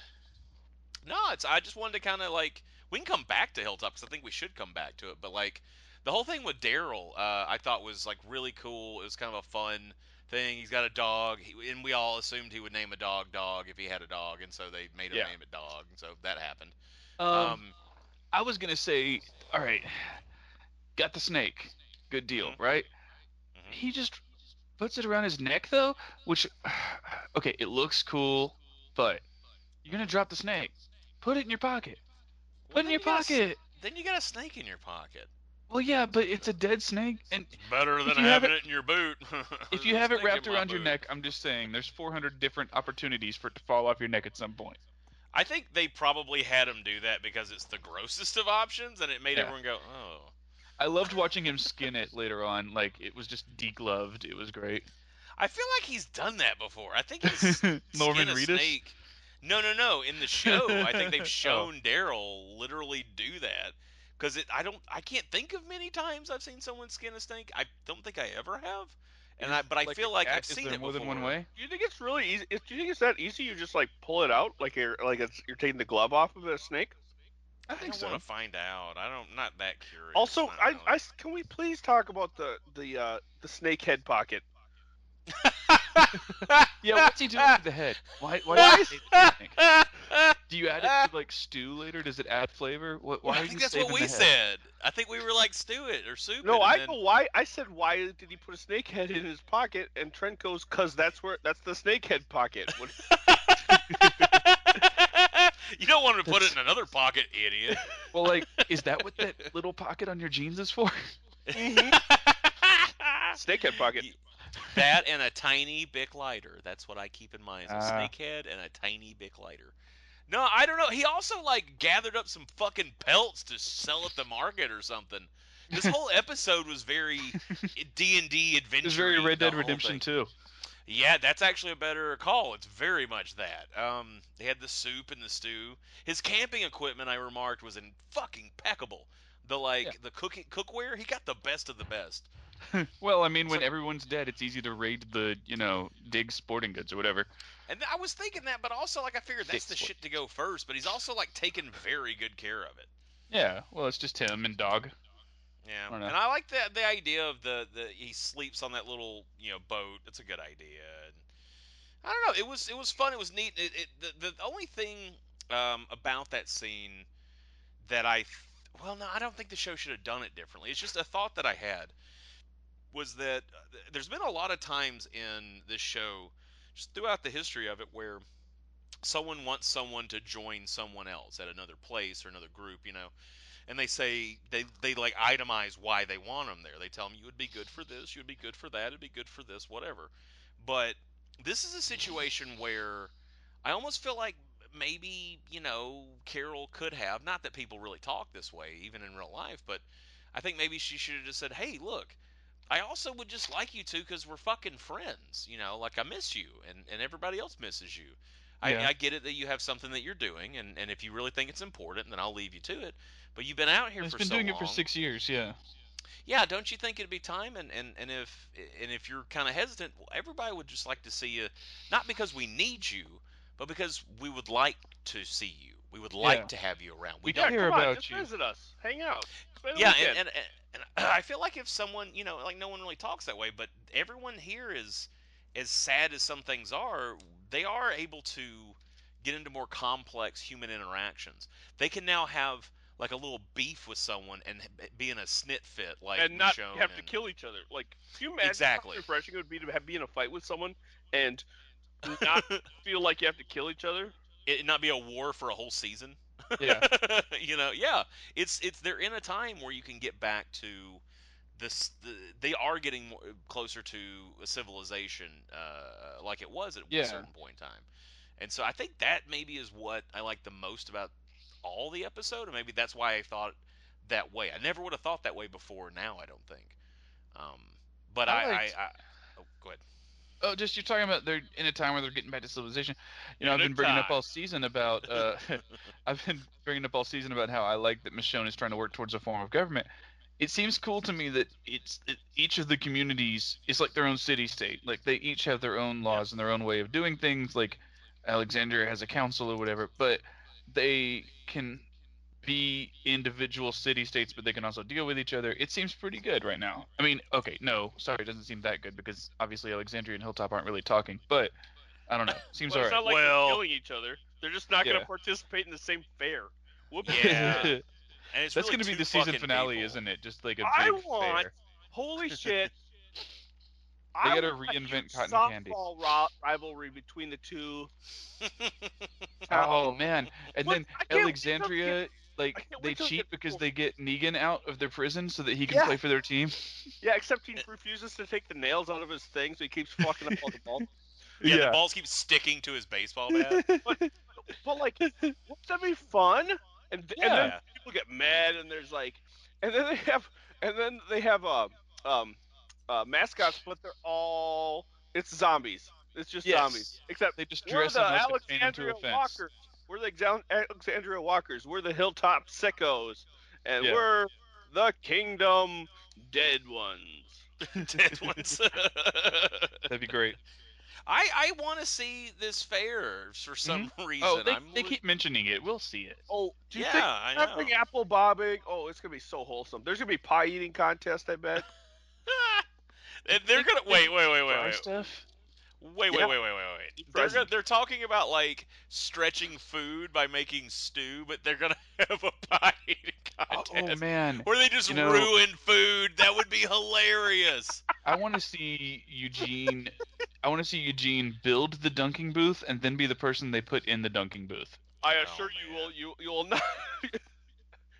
No, it's I just wanted to kind of like we can come back to Hilltop because I think we should come back to it. But like the whole thing with Daryl, uh, I thought was like really cool. It was kind of a fun thing. He's got a dog, he, and we all assumed he would name a dog dog if he had a dog, and so they made him Yeah. name it dog, and so that happened. um, I was gonna say, all right, got the snake, good deal, Mhm. right? mhm. He just puts it around his neck though, which, okay, it looks cool, but you're gonna drop the snake. Put it in your pocket. Put Well, then it in your you got a s- pocket. then you got a snake in your pocket. Well, yeah, but it's a dead snake, and Better If than you have having it in your boot. if you have it wrapped around your neck, I'm just saying, there's 400 different opportunities for it to fall off your neck at some point. I think they probably had him do that because it's the grossest of options, and it made Yeah. everyone go, "Oh." I loved watching him skin it later on. Like it was just degloved. It was great. I feel like he's done that before. I think he's Norman skinned a Reedus. Oh. Snake. No, no, no. In the show, I think they've shown Daryl literally do that because it. I don't. I can't think of many times I've seen someone skin a snake. I don't think I ever have. and I but I Like, feel like a- I've is seen there it more than one before. way. Do you think it's really easy? is- Do you think it's that easy? You just like pull it out, like you're like it's, you're taking the glove off of a snake. I I think don't so. want to find out. I don't. Not that curious. Also, don't I, know. I can we please talk about the the uh, the snake head pocket? Yeah, what's he doing with the head? Why? Why Why does is- he snake? Do you add it to like stew later? Does it add flavor? What? Why? I are you think that's what saving we the head? said. I think we were like stew it or soup. it, No, and I then- go why I said why did he put a snake head in his pocket? And Trent goes, "Cause that's where that's the snake head pocket." What- you don't want to put it in another pocket, idiot. Well, like, is that what that little pocket on your jeans is for? snake head pocket. that and a tiny Bic lighter. That's what I keep in mind. is A Ah. snake head and a tiny Bic lighter. No, I don't know. He also like gathered up some fucking pelts to sell at the market or something. This whole episode was very D and D adventure. It's very Red Dead Redemption 2. Yeah, that's actually a better call. It's very much that. Um, they had the soup and the stew. His camping equipment, I remarked, was in fucking impeccable. The like Yeah. the cooking cookware, he got the best of the best. Well, I mean, when So- everyone's dead, it's easy to raid the, you know, dig sporting goods or whatever. And th- I was thinking that, but also like I figured that's Dick the swat. shit to go first. But he's also like taking very good care of it. Yeah, well, it's just him and dog. Yeah, Or not. and I like the the idea of the the he sleeps on that little you know boat. It's a good idea. And I don't know. It was it was fun. It was neat. It, it the, the only thing um, about that scene that I th- well no I don't think the show should have done it differently. It's just a thought that I had was that uh, th- there's been a lot of times in this show just throughout the history of it where someone wants someone to join someone else at another place or another group, you know and they say they they like itemize why they want them there. They tell them you would be good for this, you would be good for that, it'd be good for this, whatever. But this is a situation where I almost feel like maybe you know Carol could have not that people really talk this way even in real life, but I think maybe she should have just said, "Hey, look." I also would just like you to because we're fucking friends, you know. Like I miss you, and, and everybody else misses you. I, Yeah. I get it that you have something that you're doing, and, and if you really think it's important, then I'll leave you to it. But you've been out here He's for been so doing long. it for six years, yeah. Yeah, don't you think it'd be time? And and, and if and if you're kind of hesitant, well, everybody would just like to see you, not because we need you, but because we would like to see you. We would like Yeah. to have you around. We We don't. care come on, about just you. visit us, hang out. Spend the Yeah, weekend. and, and, and, and I feel like if someone, you know, like no one really talks that way, but everyone here is as sad as some things are, they are able to get into more complex human interactions. They can now have like a little beef with someone and h- be in a snit fit, like and not Michonne have to and- kill each other. Like, can you imagine Exactly. how refreshing it would be to have, be in a fight with someone and not feel like you have to kill each other? it not be a war for a whole season. Yeah. you know, yeah. It's it's they're in a time where you can get back to this. The, they are getting more, closer to a civilization, uh, like it was at Yeah. a certain point in time. And so I think that maybe is what I like the most about all the episode, and maybe that's why I thought that way. I never would have thought that way before. Now I don't think. Um, but I, I I, liked- I, oh, go ahead. Oh, just you're talking about they're in a time where they're getting back to civilization. You know, In I've a been bringing up time. all season about. Uh, I've been bringing up all season about how I like that Michonne is trying to work towards a form of government. It seems cool to me that it's it, each of the communities is like their own city state. Like they each have their own laws and their own way of doing things. Like Alexandria has a council or whatever, but they can be individual city states, but they can also deal with each other. It seems pretty good right now. I mean, okay, no, sorry, it doesn't seem that good because obviously Alexandria and Hilltop aren't really talking, but I don't know. Seems Well, it's alright. not like Well- they're killing each other. They're just not going Yeah. to participate in the same fair. Whoop. Yeah. And it's That's really going to be two the season fucking finale, people. isn't it? Just like a I big want- fair. Holy shit. They I gotta want a huge reinvent cotton candy. softball ro- rivalry between the two. Oh man! And What? then I can't wait till Alexandria, like can't wait they till it cheat gets because cool. they get Negan out of their prison so that he can Yeah. play for their team. Yeah, except he refuses to take the nails out of his thing, so he keeps fucking up all the ball. Yeah, the balls keep sticking to his baseball bat. But like, wouldn't that be fun? And, th- and then Yeah. people get mad, and there's like, and then they have, and then they have um um, uh, mascots, but they're all it's zombies. It's just Yes. zombies, except They just we're dress the him up and fan him to Alexandria a fence. Walkers. We're the Exa- Alexandria Walkers. We're the Hilltop Sickos, and Yeah. we're the Kingdom Dead Ones. dead ones. That'd be great. I I want to see this fair for some reason. Oh, they, I'm they lo- keep mentioning it. We'll see it. Oh, do you yeah, think I know. something apple bobbing? Oh, it's gonna be so wholesome. There's gonna be pie eating contest. I bet. And they're gonna wait, wait, wait, wait, Fry wait, stuff. wait, wait, Yeah. wait, wait, wait, wait. They're Fries. gonna, they're talking about like stretching food by making stew, but they're gonna have a pie eating Oh, contest. oh, man, Where they just You know- ruin food. That would be hilarious. I want to see Eugene. I want to see Eugene build the dunking booth and then be the person they put in the dunking booth. I Oh, assure you, man. will you you will not.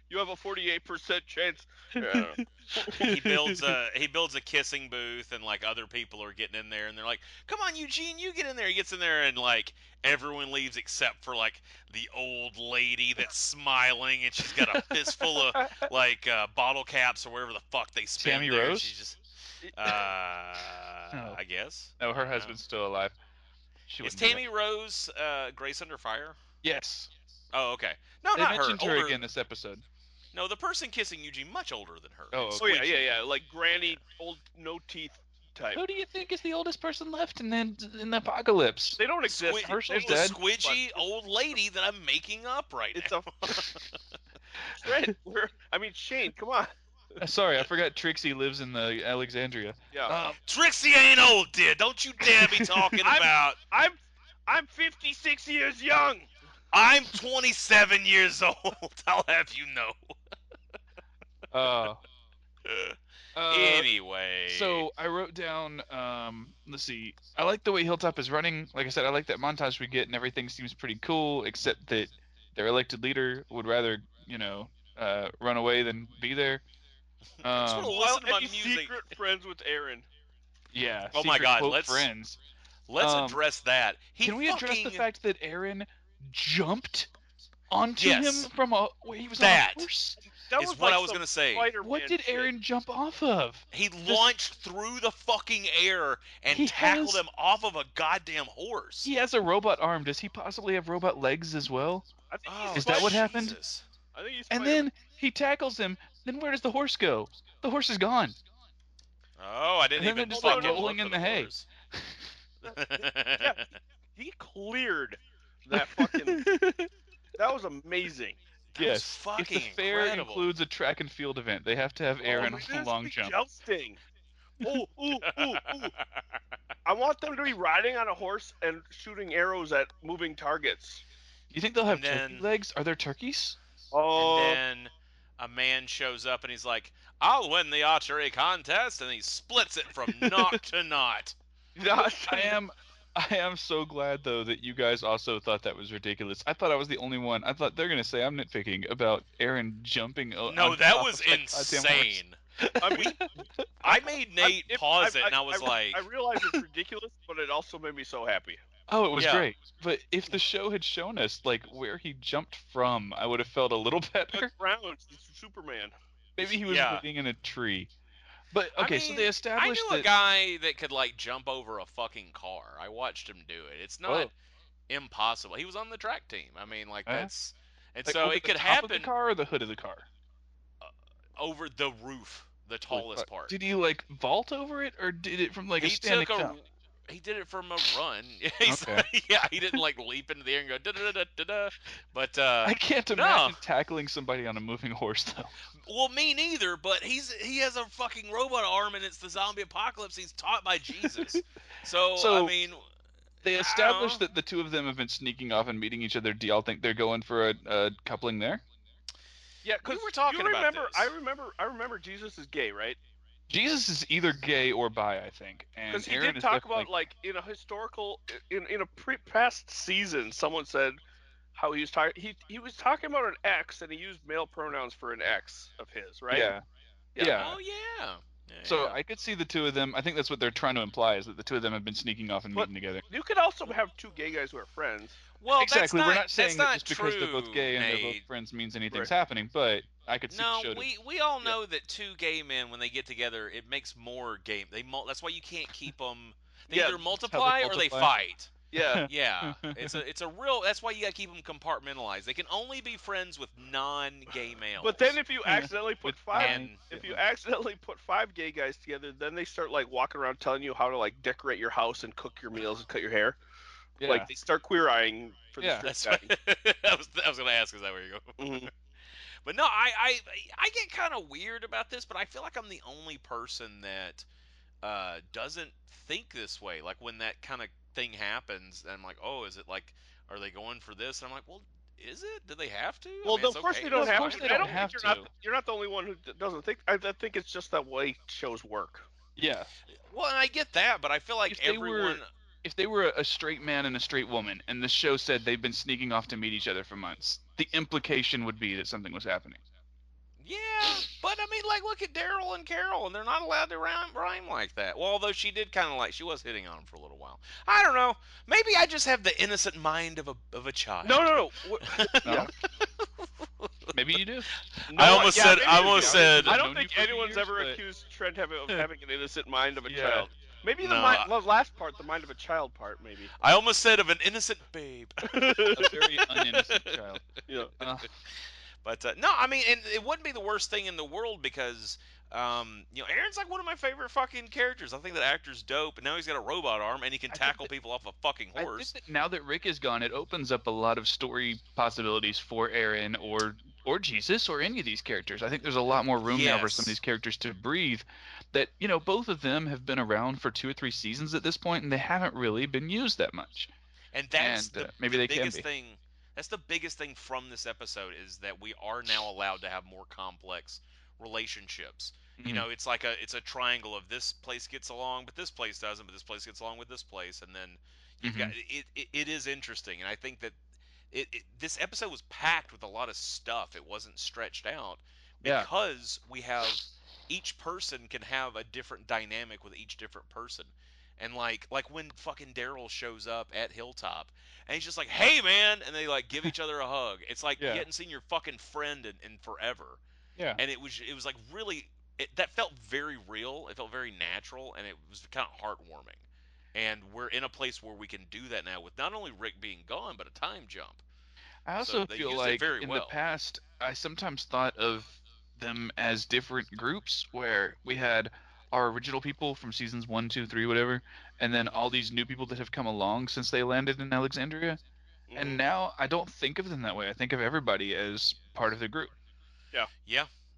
you have a 48 percent chance. Yeah. he builds a he builds a kissing booth and like other people are getting in there and they're like come on eugene you get in there he gets in there and like everyone leaves except for like the old lady that's smiling and she's got a fistful of like uh, bottle caps or wherever the fuck they spend Sammy there. and Rose? she's just uh, Oh. No. i guess No, her No. husband's still alive. She is wouldn't do that. tammy rose uh, grace under fire Yes. oh okay no they not mentioned her, her, Older- again this episode. no the person kissing eugene much older than her Oh, Oh yeah, yeah, yeah. Like granny, old, no teeth type. Who do you think is the oldest person left in the, in the apocalypse? They don't exist. Squid- Herschel's There's the dead. squidgy old lady that I'm making up right It's now. a thread. We're, I mean, Shane, come on. Uh, Sorry, I forgot Trixie lives in the Alexandria. Yeah, Um, Trixie ain't old, dear. Don't you dare be talking I'm- about. I'm, I'm 56 years young. I'm 27 years old. I'll have you know. uh, uh, anyway. so I wrote down. Um, let's see. I like the way Hilltop is running. Like I said, I like that montage we get, and everything seems pretty cool. Except that their elected leader would rather, you know, uh, run away than be there. I just Um, wanna listen to my any music. secret friends with Aaron. yeah. Oh my secret, God, quote, let's- friends. Let's um, address that. He Can we address the fucking- fact that Aaron jumped onto Yes. him from a? Wait, he was That. on a horse. That Is was what like I was some gonna say. Spider-Man What did shit. Aaron jump off of? He launched through the fucking air and He tackled has- him off of a goddamn horse. He has a robot arm. Does he possibly have robot legs as well? I think Oh, he's Is that what Spider- happened? Jesus. I think he's And Spider-Man. then he tackles him. Then where does the horse go? The horse is gone. Oh, I didn't And then even they're just, like, fucking rolling look in for the hay. horse. he cleared that fucking. that was amazing. yes. That's If the fucking fair incredible. includes a track and field event, they have to have Aaron oh, on it a is long the jump. Jousting. Ooh, ooh, ooh, ooh. I want them to be riding on a horse and shooting arrows at moving targets. You think they'll have And turkey then- legs? Are there turkeys? Oh, and then a man shows up and he's like, "I'll win the archery contest," and he splits it from knot to knot. I am I am so glad though that you guys also thought that was ridiculous. I thought I was the only one. I thought they're gonna say I'm nitpicking about Aaron jumping. o- No, on that top was of a goddamn horse. insane. I mean, I made I- Nate if- pause it, and I was re- like, I realize it's ridiculous, but it also made me so happy. Oh, it was Yeah. great. But if the show had shown us like where he jumped from, I would have felt a little better. Look around, it's Superman. Maybe he was Yeah. living in a tree. But I okay, so mean, they "I established knew a that. guy that could like jump over a fucking car. I watched him do it. It's not Whoa. impossible. He was on the track team. I mean, like Yeah. that's." And like, so over it the could top of happen the car or the hood of the car. over the roof, the tallest part. Did he like vault over it or did it from like a he standing took a jump? he did it from a run. He's Okay. like- yeah, he didn't like leap into the air and go da da da da da. But uh, I can't no. imagine tackling somebody on a moving horse though. well, me neither. But he's he has a fucking robot arm and it's the zombie apocalypse. He's taught by Jesus. So, I So- mean, I They don't established know. that the two of them have been sneaking off and meeting each other. Do y'all think they're going for a, a coupling there? Yeah, We because were talking you about remember, this. I remember, I remember Jesus is gay, right? Jesus is either gay or bi, I think. And Because he Aaron did is talk definitely- about like in a historical, in in a pre- past season, someone said how he was talking. He he was talking about an ex, and he used male pronouns for an ex of his, right? Yeah. Yeah. yeah. oh yeah. yeah. So yeah. I could see the two of them. I think that's what they're trying to imply is that the two of them have been sneaking off and But- meeting together. You could also have two gay guys who are friends. well, Oh, that's exactly. We're not that's saying that not just because they're both true, gay and they're Nate. both friends means anything's happening. But I could see the No, show to- we, we all Yeah. know that two gay men when they get together, it makes more gay. They mul- that's why you can't keep them. They Yeah, either how they multiply or they multiply. fight. Yeah. Yeah, it's a it's a real. That's why you gotta keep them compartmentalized. They can only be friends with non-gay males. But then if you accidentally put With five, and if you accidentally put five gay guys together, then they start like walking around telling you how to like decorate your house and cook your meals and cut your hair. Yeah. Like they start queer eyeing for the Yeah. straight that's guy. what, I was I was gonna ask is that where you go? Mhm. But no, I I I get kind of weird about this, but I feel like I'm the only person that uh, doesn't think this way. Like when that kind of thing happens, I'm like, oh, is it like, are they going for this? And I'm like, well, is it? Do they have to? I Well, mean, of it's course okay. they Well, don't of have course to. they I don't don't have think you're not to. you're not the only one who d- doesn't think. I, I think it's just that way shows work. yeah. Well, and I get that, but I feel like If they were- everyone. If they were a, a straight man and a straight woman, and the show said they've been sneaking off to meet each other for months, the implication would be that something was happening. Yeah, but I mean, like, look at Daryl and Carol, and they're not allowed to rhyme, rhyme like that. Well, although she did kind of like, she was hitting on him for a little while. I don't know. Maybe I just have the innocent mind of a of a child. No, no, no. No? Maybe you do. No, I almost yeah, said- maybe I you almost do. said- I Known don't you think for anyone's years, ever but- accused Trent of, of having an innocent mind of a Yeah. child. Maybe the No, mi- I- the last part, the mind of a child part, maybe. I almost said of an innocent babe. A very uninnocent child. yeah. Uh, But uh, no, I mean, and it wouldn't be the worst thing in the world because, um, you know, Aaron's like one of my favorite fucking characters. I think that actor's dope, and now he's got a robot arm and he can I think tackle that- people off a fucking I think horse. that now that Rick is gone, it opens up a lot of story possibilities for Aaron or or Jesus or any of these characters. I think there's a lot more room now for Yes. some of these characters to breathe. That you know, both of them have been around for two or three seasons at this point, and they haven't really been used that much. And that's and the uh, maybe they can biggest be. thing. That's the biggest thing from this episode is that we are now allowed to have more complex relationships. Mhm. You know, it's like a it's a triangle of this place gets along, but this place doesn't, but this place gets along with this place, and then you've Mhm. got it, it. It is interesting, and I think that it, it this episode was packed with a lot of stuff. It wasn't stretched out yeah. because we have each person can have a different dynamic with each different person. And like like when fucking Daryl shows up at Hilltop and he's just like, Hey man and they like give each other a hug. It's like Yeah. you hadn't seen your fucking friend in, in forever. Yeah. And it was it was like really it, that felt very real. It felt very natural and it was kind of heartwarming. And we're in a place where we can do that now with not only Rick being gone, but a time jump. I So also they feel used it like very in well. the past, I sometimes thought of them as different groups where we had our original people from seasons one, two, three, whatever, and then all these new people that have come along since they landed in Alexandria. Mm. And now I don't think of them that way. I think of everybody as part of the group. Yeah,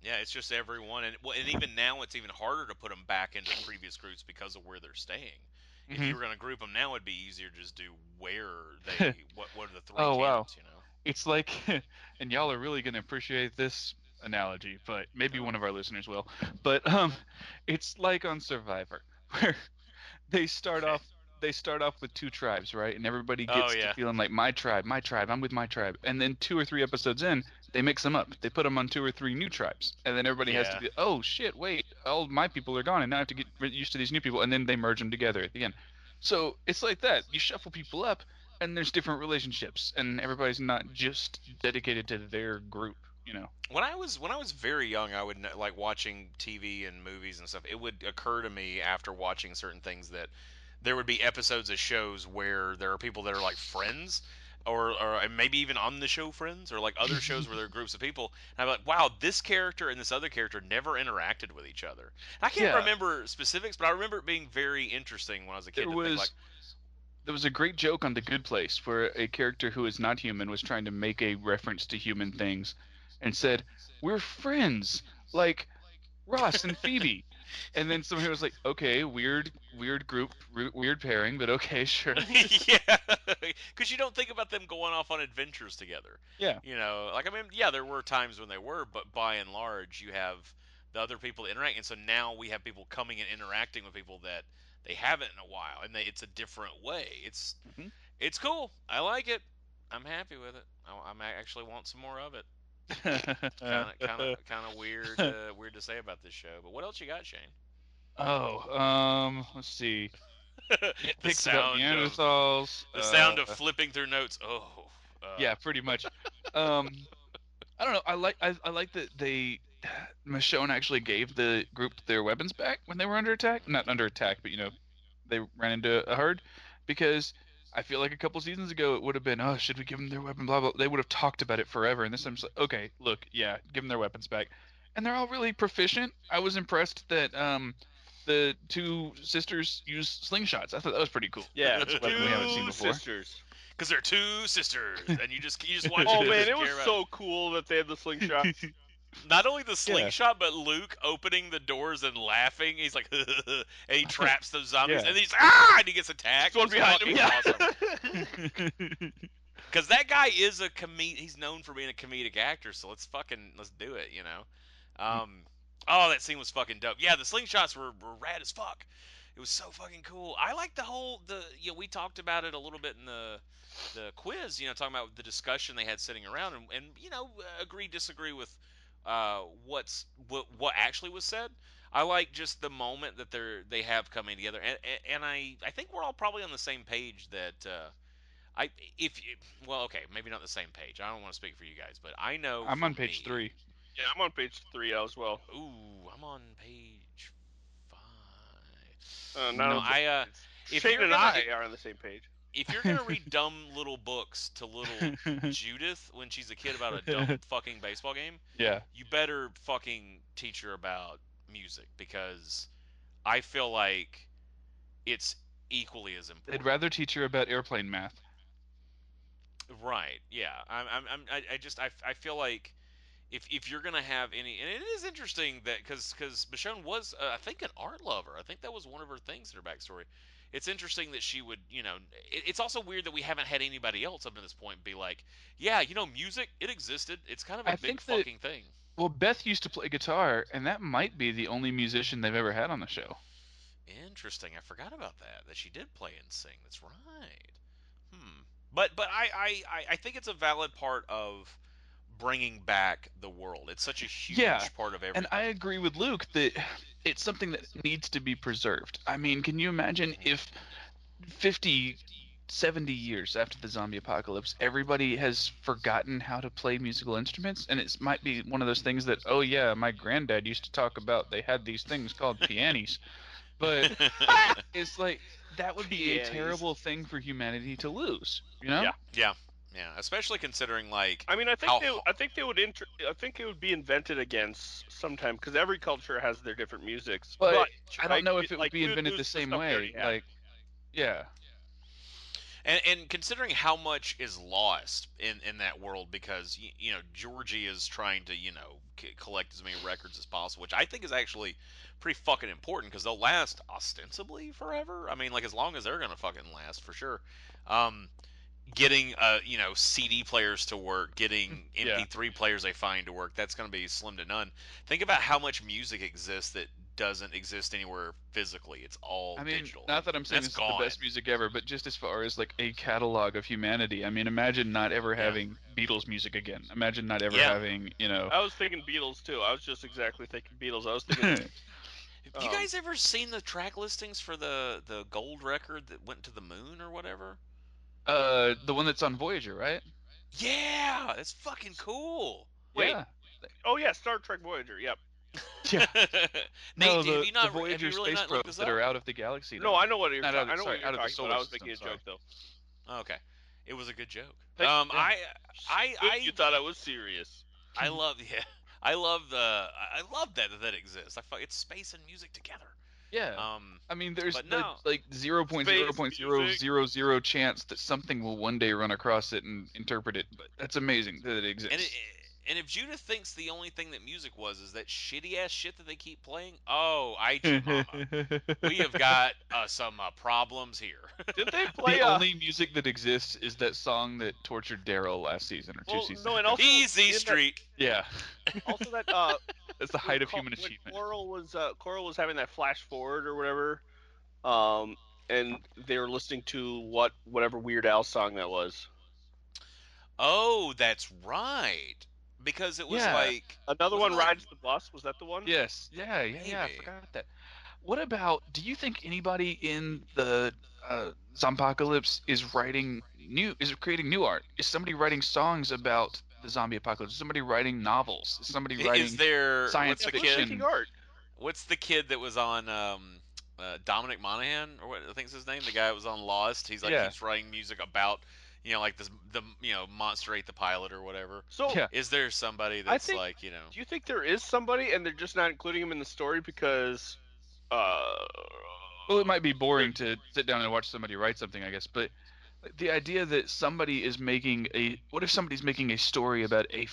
yeah, it's just everyone, and well, and even now it's even harder to put them back into previous groups because of where they're staying. If Mhm. you were going to group them now, it'd be easier to just do where they what what are the three Oh, wow. camps, you know. It's like, and y'all are really going to appreciate this analogy, but maybe one of our listeners will. But um, it's like on Survivor, where they start off they start off with two tribes, right? And everybody Oh, gets yeah. to feeling like my tribe, my tribe, I'm with my tribe. And then two or three episodes in, they mix them up. They put them on two or three new tribes, and then everybody has to Yeah. be, oh shit, wait, all my people are gone, and now I have to get re- used to these new people, and then they merge them together at the end. So it's like that. You shuffle people up, and there's different relationships, and everybody's not just dedicated to their group, you know. When I was when I was very young, I would kn- like watching TV and movies and stuff. It would occur to me after watching certain things that there would be episodes of shows where there are people that are like friends, or or and maybe even on the show friends, or like other shows where there are groups of people. And I'm like, wow, this character and this other character never interacted with each other. And I can't Yeah. remember specifics, but I remember it being very interesting when I was a kid. There to think, was like, there was a great joke on The Good Place where a character who is not human was trying to make a reference to human things, and said, "We're friends, like Ross and Phoebe." and then somebody was like, "Okay, weird, weird group, re- weird pairing, but okay, sure." yeah, because you don't think about them going off on adventures together. Yeah. You know, like I mean, yeah, there were times when they were, but by and large, you have the other people that interact, and so now we have people coming and interacting with people that they haven't in a while, and they, it's a different way. It's Mhm. it's cool. I like it. I'm happy with it. I, I'm ac- actually want some more of it. Kind of kind of kind of weird uh, weird to say about this show, but what else you got, Shane? oh, um, let's see. the Picks about sound of, the Neanderthals. sound of uh, flipping through notes. Oh. Uh, yeah pretty much um i don't know i like i, I like that they michonne actually gave the group their weapons back when they were under attack not under attack but you know they ran into a herd because I feel like a couple seasons ago it would have been, oh, should we give them their weapon? Blah blah. They would have talked about it forever, and this time it's like, okay, look, yeah, give them their weapons back, and they're all really proficient. I was impressed that um, the two sisters use slingshots. I thought that was pretty cool. Yeah, that's a weapon we haven't seen Two before. sisters. because they're two sisters, and you just you just watch. Oh them man, just it was tear up. so cool that they had the slingshot. Not only the slingshot, but Luke opening the doors and laughing. He's like, and he traps those zombies, Yeah. and he's ah, and he gets attacked. There's one It's behind him. fucking Yeah. awesome. Because that guy is a comedian. He's known for being a comedic actor. So let's fucking let's do it. You know. Um. Oh, that scene was fucking dope. Yeah, the slingshots were, were rad as fuck. It was so fucking cool. I like the whole the you know, we talked about it a little bit in the the quiz. You know, talking about the discussion they had sitting around and, and you know agree disagree with uh what's what what actually was said. I like just the moment that they're they have coming together, and and- and I I think we're all probably on the same page that. Uh, I if you, well okay maybe not the same page I don't want to speak for you guys but I know I'm for on page me- three. yeah, I'm on page three as well. Ooh, I'm on page five. Uh, not no, on I uh, If Shane you're and gonna- I are on the same page. if you're gonna read dumb little books to little Judith when she's a kid about a dumb fucking baseball game, yeah. you better fucking teach her about music because I feel like it's equally as important. They'd rather teach her about airplane math. Right. Yeah. I'm. I'm. I'm I, I just. I, f- I feel like if if you're gonna have any, and it is interesting that because because Michonne was, uh, I think, an art lover. I think that was one of her things in her backstory. It's interesting that she would, you know. It, it's also weird that we haven't had anybody else up to this point be like, yeah, you know, music. It existed. It's kind of a I big think that- fucking thing. Well, Beth used to play guitar, and that might be the only musician they've ever had on the show. Interesting. I forgot about that. That she did play and sing. That's right. Hmm. But but I I, I- I think it's a valid part of bringing back the world. It's such a huge Yeah, part of everything. And I agree with Luke that it's something that needs to be preserved. I mean, can you imagine if 50, 70 years after the zombie apocalypse, everybody has forgotten how to play musical instruments? And it might be one of those things that, oh, yeah, my granddad used to talk about they had these things called pianis. But it's like, that would be Pianis. a terrible thing for humanity to lose, you know? Yeah. yeah. Yeah, especially considering like I mean, I think How- they, I think they would inter, I think it would be invented against sometime because every culture has their different musics. But But, I don't know like, if it would like, be who invented the loses same stuff they way. already have? Like, yeah. and, and considering how much is lost in, in that world because you, you know Georgie is trying to you know c- collect as many records as possible, which I think is actually pretty fucking important because they'll last ostensibly forever. I mean, like as long as they're gonna fucking last for sure. Um, getting uh you know CD players to work, getting Yeah. MP3 players they find to work, that's gonna be slim to none. Think about how much music exists that doesn't exist anywhere physically. It's all I mean, digital. not that I'm saying That's it's the best gone. music ever, but just as far as like a catalog of humanity. I mean, imagine not ever Yeah. having Beatles music again. Imagine not ever Yeah. having, you know. I was thinking Beatles too. I was just exactly thinking Beatles. I was Oh. thinking Have you Um, guys ever seen the track listings for the the gold record that went to the moon or whatever? uh, the one that's on Voyager, right? Yeah, that's fucking cool. Wait. Yeah. Oh yeah, Star Trek Voyager. Yep. Yeah. Nate, No, have the, you not, the have Voyager you really space not looked probes this that up? are out of the galaxy. No, though. I know what you're. Not Talking, out of- I know sorry, what you're out of the talking solar about. I was system, making a sorry. joke though. Oh, okay, it was a good joke. Thank- um, yeah. I I I you thought I was serious. I love yeah. I love the I I love that that exists. I fu- it's space and music together. Yeah. Um, I mean, there's but the, no. like zero point zero point zero music. zero zero chance that something will one day run across it and interpret it, but that's amazing that it exists. and it, and if Judith thinks the only thing that music was is that shitty ass shit that they keep playing, oh, I mama. we have got uh, some uh, problems here. Didn't they play? the uh, only music that exists is that song that tortured Daryl last season or two well, seasons. no, and ago. also Easy in that- Street. yeah, also that uh, that's the when height of Cor- human when achievement. Coral was uh, Coral was having that flash forward or whatever, um, and they were listening to what whatever Weird Al song that was. Oh, that's right. Because it was Yeah. like Another Wasn't one that- rides the bus. Was that the one? Yes, yeah, yeah, yeah. I Maybe. forgot that. What about? Do you think anybody in the uh, zompocalypse is writing new? Is creating new art? Is somebody writing songs about the zombie apocalypse? Is somebody writing novels? Is somebody writing? is there science what's the Who's fiction. kid making art? what's the kid that was on um uh, Dominic Monaghan or what I think's his name, the guy that was on Lost. He's like Yeah. keeps writing music about you know like this the you know Monster Ate the Pilot or whatever. So Yeah. Is there somebody I that's think- like you know? do you think there is somebody and they're just not including him in the story because uh Well, it might be boring to sit down and watch somebody write something, I guess, but like, the idea that somebody is making a what if somebody's making a story about a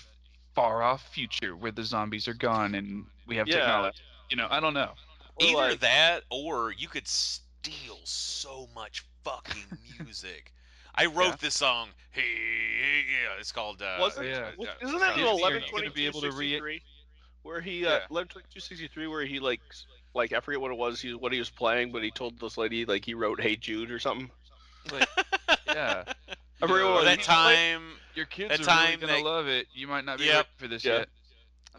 far off future where the zombies are gone and we have Yeah. technology? You know, I don't know. or Either like- that or you could steal so much fucking music. I wrote Yeah. this song. Hey, yeah, it's called. Uh, Wasn't- yeah. Well, isn't Yeah, you're- that little you're eleven gonna twenty be two able to sixty re- three, where he uh, Yeah. eleven twenty two sixty three, where he like s- like I forget what it was, he what he was playing, but he told this lady like he wrote "Hey Jude" or something. Yeah, I forget Or what that it was. time. your kids That are time really gonna they- love it. You might not be Yep. ready for this Yeah. yet.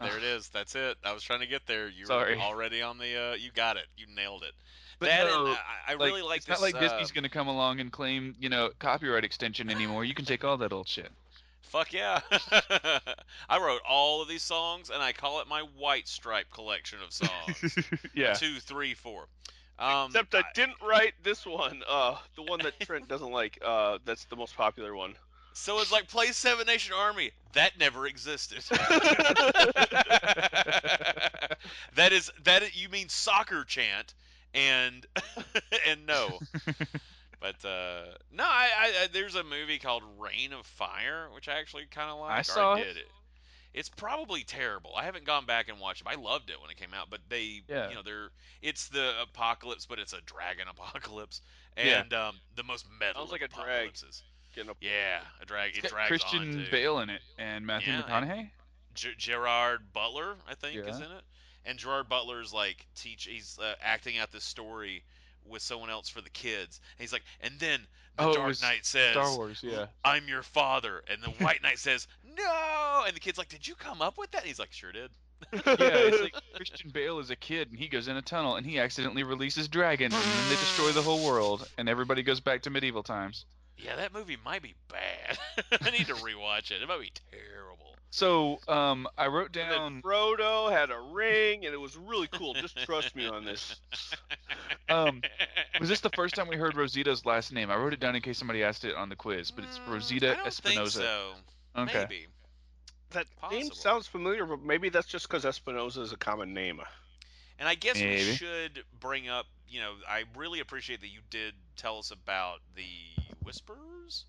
There it is. That's it. I was trying to get there. You Sorry. were already on the. Uh, you got it. You nailed it. But that no, and, I, I like, really like it's this. not like uh, Disney's gonna come along and claim you know copyright extension anymore. You can take all that old shit. Fuck yeah! I wrote all of these songs, and I call it my White Stripe collection of songs. yeah. Two, three, four. Um, Except I didn't write this one. Uh, the one that Trent doesn't like. Uh, that's the most popular one. So it's like play Seven Nation Army. That never existed. that is that is- you mean soccer chant and and no. But uh, no, I, I, I there's a movie called Rain of Fire, which I actually kind of like. or saw it. did it. It's probably terrible. I haven't gone back and watched it. I loved it when it came out, but they, Yeah. you know, they're it's the apocalypse, but it's a dragon apocalypse, Yeah. and um, the most metal Sounds like of a drag. apocalypses. Getting a- Yeah, a drag. It It's got drags on Christian too. Bale in it and Matthew Yeah, and- McConaughey. G- Gerard Butler, I think, is Yeah. in it. And Gerard Butler's like teach. He's uh, acting out this story with someone else for the kids. And he's like, and then the Oh, it Dark was Knight says, Star Wars, yeah. "I'm your father," and the White Knight says, "No," and the kid's like, "Did you come up with that?" And he's like, "Sure did." yeah, it's like Christian Bale is a kid and he goes in a tunnel and he accidentally releases dragons and then they destroy the whole world and everybody goes back to medieval times. Yeah, that movie might be bad. I need to rewatch it. It might be terrible. So um, I wrote And then down Frodo had a ring, and it was really cool. Just trust me on this. um, was this the first time we heard Rosita's last name? I wrote it down in case somebody asked it on the quiz, but it's Mm, I Rosita don't Espinosa. Think so. Okay. Maybe. That name Possible. sounds familiar, but maybe that's just because Espinosa is a common name. And I guess we Maybe. should bring up, you know, I really appreciate that you did tell us about the whispers.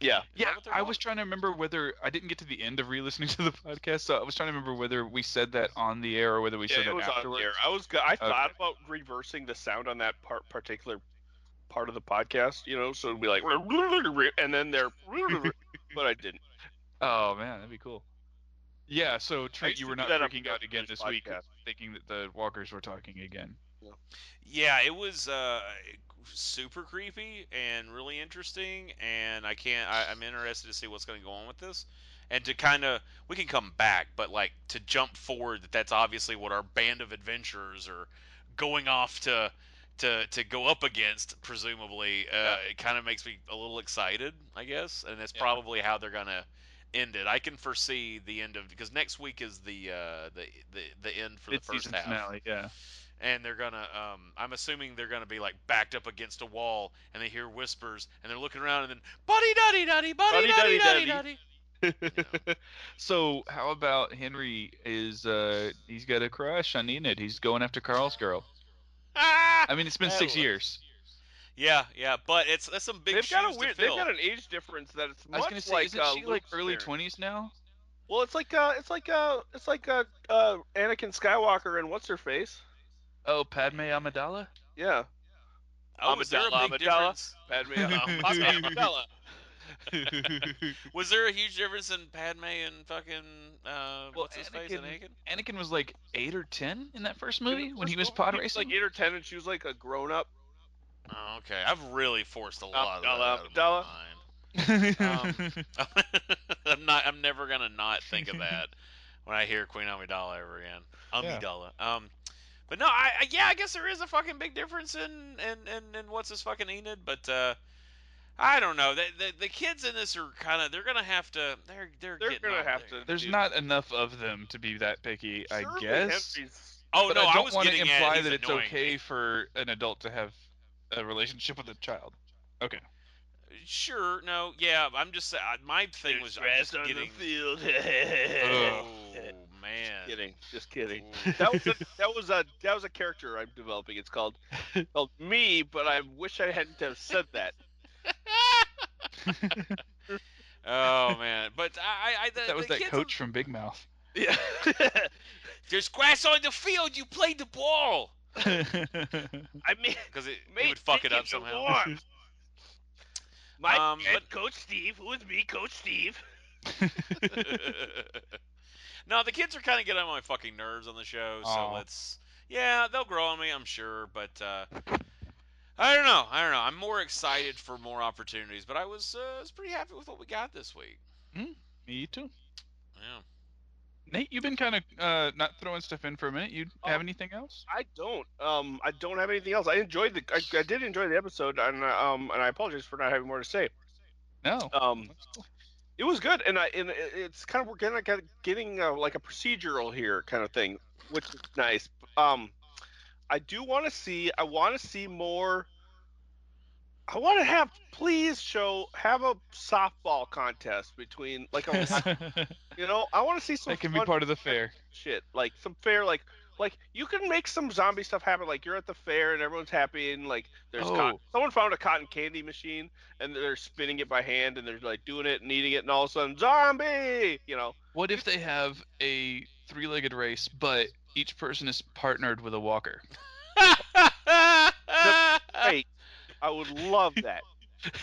Yeah. Is that Yeah, what they're I called? was trying to remember whether I didn't get to the end of re-listening to the podcast, so I was trying to remember whether we said that on the air or whether we yeah, said it that was on afterwards. the air. I was. go- I thought about reversing the sound on that part, particular part of the podcast. You know, so it'd be like, and then they're, but I didn't. Oh man, that'd be cool. Yeah, so I Trent, used you to were do not that on freaking out Broken again Bridge this week, podcast. thinking that the walkers were talking again. Yeah, it was uh, super creepy and really interesting, and I can't. I, I'm interested to see what's going to go on with this, and to kind of we can come back, but like to jump forward that that's obviously what our band of adventurers are going off to to to go up against. Presumably, uh, it kind of makes me a little excited, I guess, and that's Yeah. probably how they're gonna end it. I can foresee the end of because next week is the uh, the, the the end for the first Mid-season half finale, yeah. and they're gonna um i'm assuming they're gonna be like backed up against a wall and they hear whispers and they're looking around and then buddy duddy duddy buddy duddy duddy Buddy duddy duddy So how about Henry is uh he's got a crush on Enid. He's going after Carl's girl. ah! I mean it's been That six was- years. yeah yeah but it's that's some big they've got shoes to a weird. They've fill. got an age difference that it's I much was gonna say, like. isn't uh, she like Luke's early parents. twenties now? Well, it's like uh, it's like uh, it's like uh, uh, Anakin Skywalker and what's her face? Oh, Padme Amidala? Yeah, oh, was there a Amidala, big Amidala. difference Padme. Amidala. Amidala. was there a huge difference in padme and fucking uh Well, what's his face and Anakin- Anakin? Anakin was like eight or ten in that first In the movie when first he was movie, pod he racing. like eight or ten, and she was like a grown up. oh, okay i've really forced a lot Amidala, of that out of my Amidala. mind. um, I'm not. I'm never gonna not think of that when I hear Queen Amidala ever again. Yeah. Amidala. Um, but no, I, I yeah, I guess there is a fucking big difference in in in, in what's his fucking Enid, but uh, I don't know. The, the the kids in this are kind of they're gonna have to they're they're They're getting gonna up have there. to. There's do- not enough of them to be that picky, I Surely guess. Henry's Oh but no, I I, don't was want to getting at imply he's that it's annoying. okay for an adult to have a relationship with a child. Sure. No. Yeah. I'm just. sa- I, my thing was I was Stress just on getting. the field. Oh Ugh. man. kidding, just kidding. Ooh. That was a, that was a that was a character I'm developing. It's called called me, but I wish I hadn't have said that. oh man. But I. I, I the, That was the that kids- coach from Big Mouth. Yeah. There's grass on the field. You played the ball. I mean, Because it, it mate, would fuck it thinking up you somehow. are. My Um, head but- coach Steve, who is me, Coach Steve. no, the kids are kind of getting on my fucking nerves on the show, so Aw. let's. Yeah, they'll grow on me, I'm sure, but uh, I don't know. I don't know. I'm more excited for more opportunities, but I was uh, I was pretty happy with what we got this week. Me too. Yeah. Nate, you've been kind of uh, not throwing stuff in for a minute. You Oh. Uh, have anything else? I don't. Um, I don't have anything else. I enjoyed the. I, I did enjoy the episode, and uh, um, and I apologize for not having more to say. No. Um, it was good, and I and it- it's kind of we're getting like a, getting uh like a procedural here kind of thing, which is nice. Um, I do want to see. I want to see more. I want to have please show have a softball contest between like a that you know I want to see some can be fun part of the fair. shit like some fair like like you can make some zombie stuff happen like you're at the fair and everyone's happy and like there's cotton, Oh. someone found a cotton candy machine and they're spinning it by hand and they're like doing it and eating it and all of a sudden zombie you know What if they have a three-legged race, but each person is partnered with a walker? Uh. hey i would love that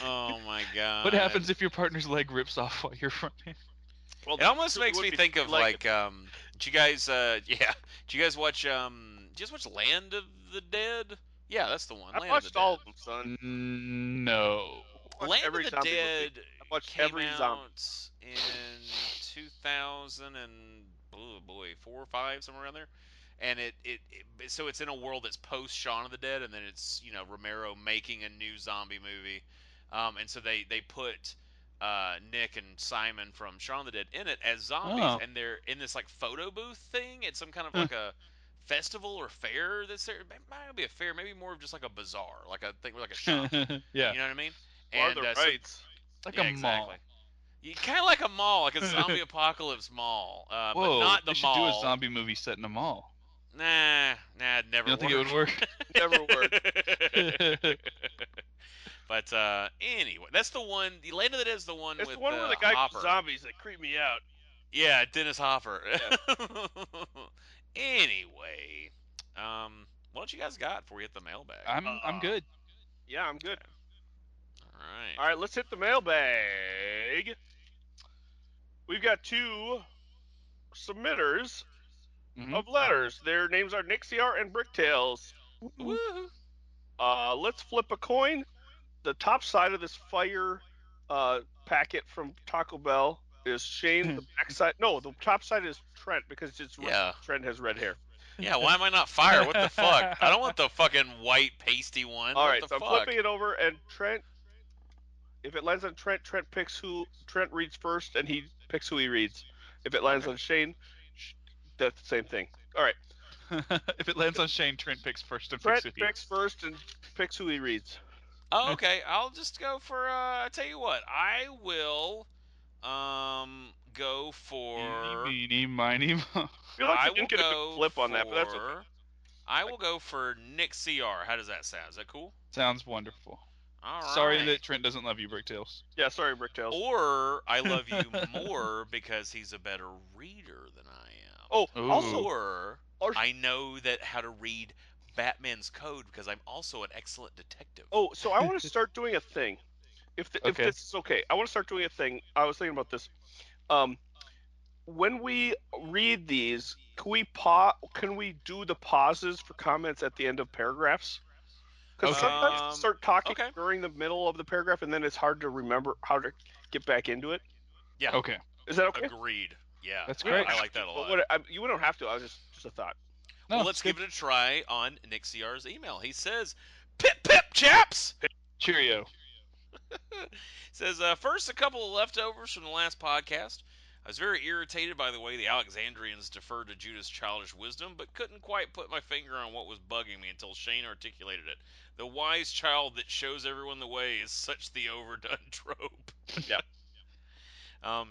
oh my god. What happens if your partner's leg rips off while you're running? well It almost makes would me be think of like- like, um, did you guys, uh, yeah, did you guys watch, um, did you guys watch Land of the Dead? Yeah, that's the one. i Land of watched the all Dead. of them son No. I watched Land every of the zombie Dead movie. I watched came every out zombie. in 2000 and oh boy, four or five somewhere around there. And it, it, it so it's in a world that's post Shaun of the Dead, and then it's you know Romero making a new zombie movie, um, and so they they put uh, Nick and Simon from Shaun of the Dead in it as zombies, Oh. and they're in this like photo booth thing at some kind of Huh. like a festival or fair that's there. It might not be a fair, maybe more of just like a bazaar, like a thing like a shop. yeah. You know what I mean? Or and the uh, so rights. like yeah, a mall. exactly. kind of like a mall, like a zombie apocalypse mall, uh, but Whoa. not the they should mall. do a zombie movie set in a mall. Nah, nah, it never. You don't think it would work? never worked work? but uh, anyway, that's the one. The Land of the Dead is the one it's with the one uh, where the guy Hopper. zombies that creep me out Yeah, Dennis Hopper. anyway, um, what you guys got before we hit the mailbag? I'm Uh, I'm good. yeah i'm good All right. All right, let's hit the mailbag. We've got two submitters Mhm. oh. of letters. Their names are Nixiar and Bricktails. Woo-hoo. Uh, let's flip a coin. The top side of this fire uh, packet from Taco Bell is Shane. The back side, no, the top side is Trent because it's red- Yeah. Trent has red hair. Yeah, why am I not fire? What the fuck? I don't want the fucking white pasty one. All what right, the so fuck? I'm flipping it over, and Trent. If it lands on Trent, Trent picks who Trent reads first, and he picks who he reads. If it lands on Shane, sh- that's the same thing. All right, if it lands on Shane, Trent picks first and Trent picks it. picks first and picks who he reads. Oh, okay. I'll just go for. Uh, I tell you what, I will, um, go for. Eeny, meeny, miny, moe. I feel like I I will didn't get a go good flip on that, but that's okay. for- I will go for Nick Cr. How does that sound? Is that cool? Sounds wonderful. All right. Sorry that Trent doesn't love you, Bricktails. Yeah, sorry, Bricktails. Or I love you more because he's a better reader than I am. Oh, Ooh. also, Or or- I know that how to read Batman's code because I'm also an excellent detective. oh, so I want to start doing a thing. If the, Okay. if this is okay, I want to start doing a thing. I was thinking about this. Um, when we read these, can we pa- Can we do the pauses for comments at the end of paragraphs? Because Okay. sometimes Um, you start talking okay. during the middle of the paragraph, and then it's hard to remember how to get back into it. Yeah. Okay. Is that okay? Agreed. Yeah. That's I- great. I, like that a lot. But what, I, you don't have to. I was just just a thought. No, well, let's give it a try on Nick CR's email. He says, "Pip pip chaps." Cheerio. Says uh, first a couple of leftovers from the last podcast. I was very irritated by the way the Alexandrians deferred to Judah's childish wisdom, but couldn't quite put my finger on what was bugging me until Shane articulated it. The wise child that shows everyone the way is such the overdone trope. Yeah. Um,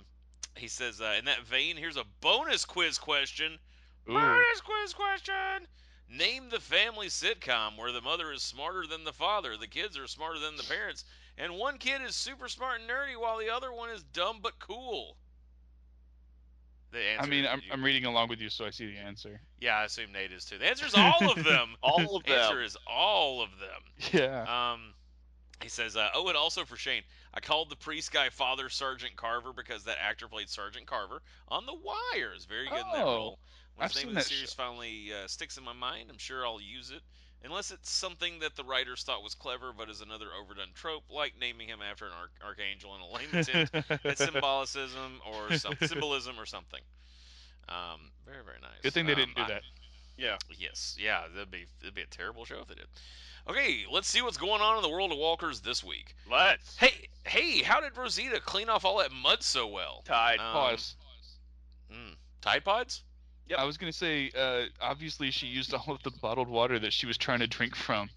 he says, uh, in that vein, here's a bonus quiz question. Ooh. Bonus quiz question. Name the family sitcom where the mother is smarter than the father, the kids are smarter than the parents, and one kid is super smart and nerdy while the other one is dumb but cool. The answer. I mean, I'm, you- I'm reading along with you, so I see the answer. yeah, I assume Nate is too. The answer is all of them. All of The answer them. is all of them. Yeah. Um, he says, uh, "Oh, and also for Shane, I called the priest guy Father Sergeant Carver because that actor played Sergeant Carver on The Wire. Is very good in that Oh, role. When I've the name seen of the that series finally uh, sticks in my mind, I'm sure I'll use it, unless it's something that the writers thought was clever but is another overdone trope, like naming him after an arch- archangel in a lame attempt at symbolicism or some- symbolism or something." Um, very very nice. Good thing they Um, didn't do I- that. Yeah. Yes, yeah, that'd be that'd be a terrible show if they did. Okay, let's see what's going on in the world of walkers this week. Let's. Hey, hey, how did Rosita clean off all that mud so well? Tide. Um, Pause. mm, Tide Pods? Yep. I was gonna say, uh, obviously she used all of the bottled water that she was trying to drink from.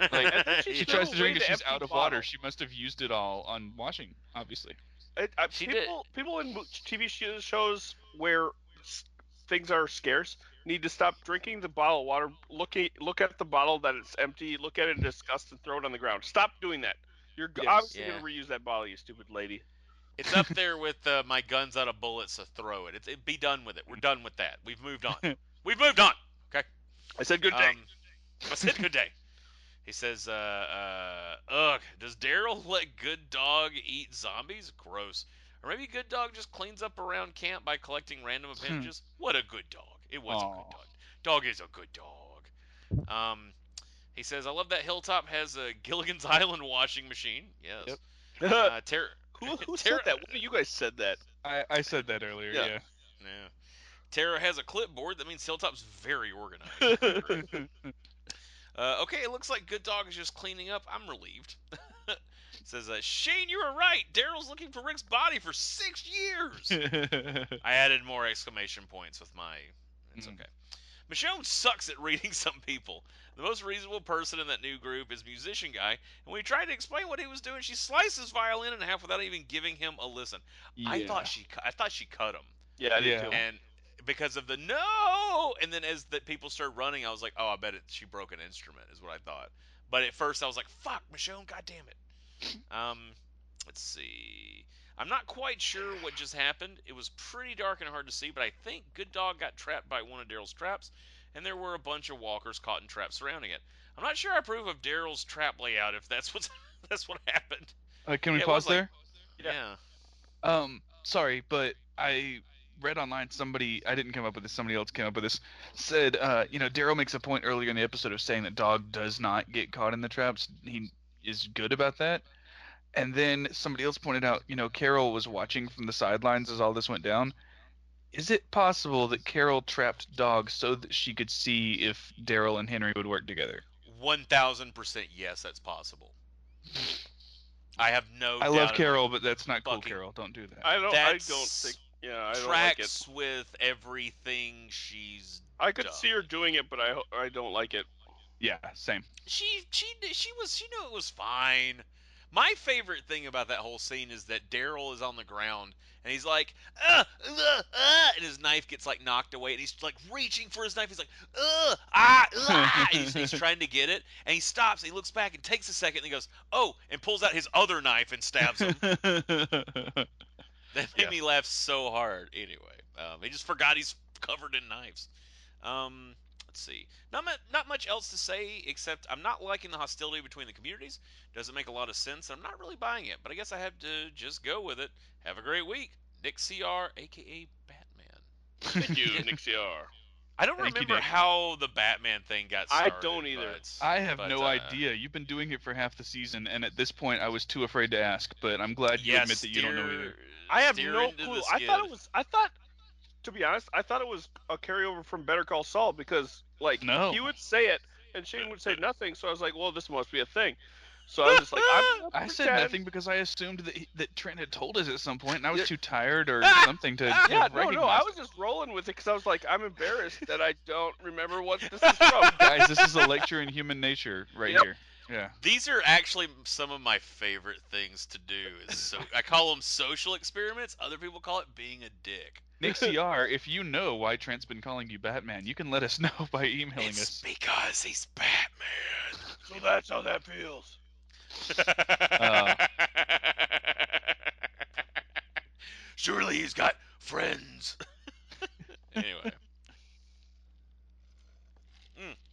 Like, She She threw tries to drink away it, the she's empty out of bottle. water. She must have used it all on washing, obviously. It, I, She did- people, people in mo- TV sho- shows where s- things are scarce need to stop drinking the bottle of water. Look at, look at the bottle that it's empty. Look at it in disgust and throw it on the ground. Stop doing that. You're g Yes. obviously Yeah. gonna reuse that bottle, you stupid lady. it's up there with uh, my guns out of bullets, so throw it. It's it. Be done with it. We're done with that. We've moved on. We've moved on. I said good day. Um, I said good day. He says, uh, uh, ugh, does Daryl let good dog eat zombies? Gross. Or maybe good dog just cleans up around camp by collecting Hmm. random appendages. what a good dog. It was a Aw. good dog. Dog is a good dog. Um, he says, I love that Hilltop has a Gilligan's Island washing machine. Yes. Yep. Uh, ter- who who Tara- said that? One of you guys said that. I, I said that earlier. Yeah. Yeah. yeah. Tara has a clipboard. That means Hilltop's very organized. Uh, okay, it looks like Good Dog is just cleaning up. I'm relieved. Says uh, Shane, you were right. Daryl's looking for Rick's body for six years. I added more exclamation points with my. It's Mm. okay. Michonne sucks at reading some people. The most reasonable person in that new group is musician guy, and when he tried to explain what he was doing, she sliced his violin in half without even giving him a listen. I thought she, cu- I thought she cut him Yeah, I did Yeah. too. and because of the no and then as the people started running i was like oh i bet it, she broke an instrument is what i thought but at first i was like fuck michonne god damn it um let's see i'm not quite sure what just happened it was pretty dark and hard to see but i think good dog got trapped by one of daryl's traps and there were a bunch of walkers caught in traps surrounding it i'm not sure i approve of daryl's trap layout if that's what's that's what happened Uh, can we Yeah, it was pause like- there? Yeah. yeah Um, sorry, but I read online somebody I didn't come up with this. Somebody else came up with this. Said, uh, you know, Daryl makes a point earlier in the episode of saying that Dog does not get caught in the traps. He is good about that. And then somebody else pointed out, you know, Carol was watching from the sidelines as all this went down. Is it possible that Carol trapped Dog so that she could see if Daryl and Henry would work together? 1000% yes that's possible i have no I doubt love in my Carol, but that's not cool, fucking- Carol. Don't do that. I don't. I don't That's think. Yeah, I don't like it. tracks with everything she's I could dumb. see her doing it, but I ho- I don't like it. yeah, same. she she kn- she was she knew it was fine. My favorite thing about that whole scene is that Daryl is on the ground and he's like, uh, uh, uh, and his knife gets like knocked away and he's like reaching for his knife. He's like, uh, ah, ah, and he's, he's trying to get it and he stops. And he looks back and takes a second and he goes, oh, and pulls out his other knife and stabs him. That made Yeah. me laugh so hard. Anyway, um, he just forgot he's covered in knives. Um, let's see. Not mu- not much else to say except I'm not liking the hostility between the communities. Doesn't make a lot of sense. and I'm not really buying it, but I guess I have to just go with it. Have a great week, Nick Cr, aka Batman. Thank you, Nick CR. I don't Thank you, remember Nick. how the Batman thing got I started. don't either. but- I have but, no uh, idea. You've been doing it for half the season, and at this point, I was too afraid to ask. But I'm glad you yes, admit that you don't know either. steer- I have steer no into the clue. I thought skid. it was. I thought, to be honest, I thought it was a carryover from Better Call Saul because like No. he would say it and Shane would say nothing, so I was like, well, this must be a thing. So I was just like, I'm, I said pretend. nothing because I assumed that he, that Trent had told us at some point, and I was Yeah. too tired or Ah! something to Ah, Yeah, have no, no. I recognized was just rolling with it because I was like, I'm embarrassed that I don't remember what this is from. it. Guys, this is a lecture in human nature right Yep. here. Yeah. These are actually some of my favorite things to do. Is so I call them social experiments. Other people call it being a dick. Nick CR, if you know why Trent's been calling you Batman, you can let us know by emailing It's us. because he's Batman. so that's how that feels. Surely he's got friends. anyway,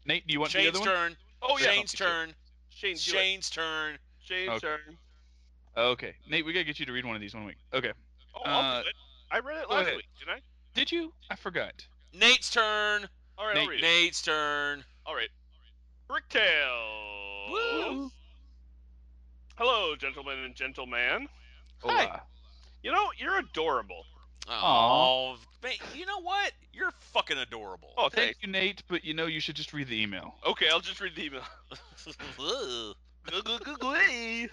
Nate, do you want the Shane's other one? turn. Oh yeah, Shane's turn. Shane. do it. Shane's turn. Shane's Okay. turn. Okay, Nate, we gotta get you to read one of these one week. Okay, Oh, I'll Uh, do it. I read it go last ahead. week, didn't I? did you? I forgot. Nate's turn. All right, I'll Nate- read it. Nate's turn. All right. Bricktail. Woo. Hello, gentlemen and gentleman. Hi. You know, you're adorable. Oh, man, you know what? You're fucking adorable. Oh, Thank thanks. you, Nate, but you know you should just read the email. Okay, I'll just read the email. Ugh. Glee.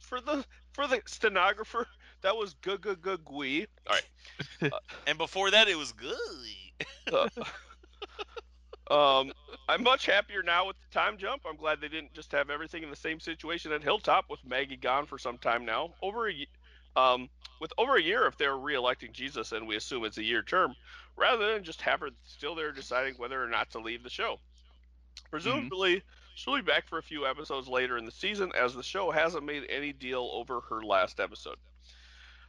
for the for the stenographer, that was gugugugwee. All and before that, it was good. right. Um, I'm much happier now with the time jump. I'm glad they didn't just have everything in the same situation at Hilltop with Maggie gone for some time now. Over a, ye- um, with over a year if they're re-electing Jesus, and we assume it's a year term, rather than just have her still there deciding whether or not to leave the show. Presumably, she'll be back for a few episodes later in the season, as the show hasn't made any deal over her last episode.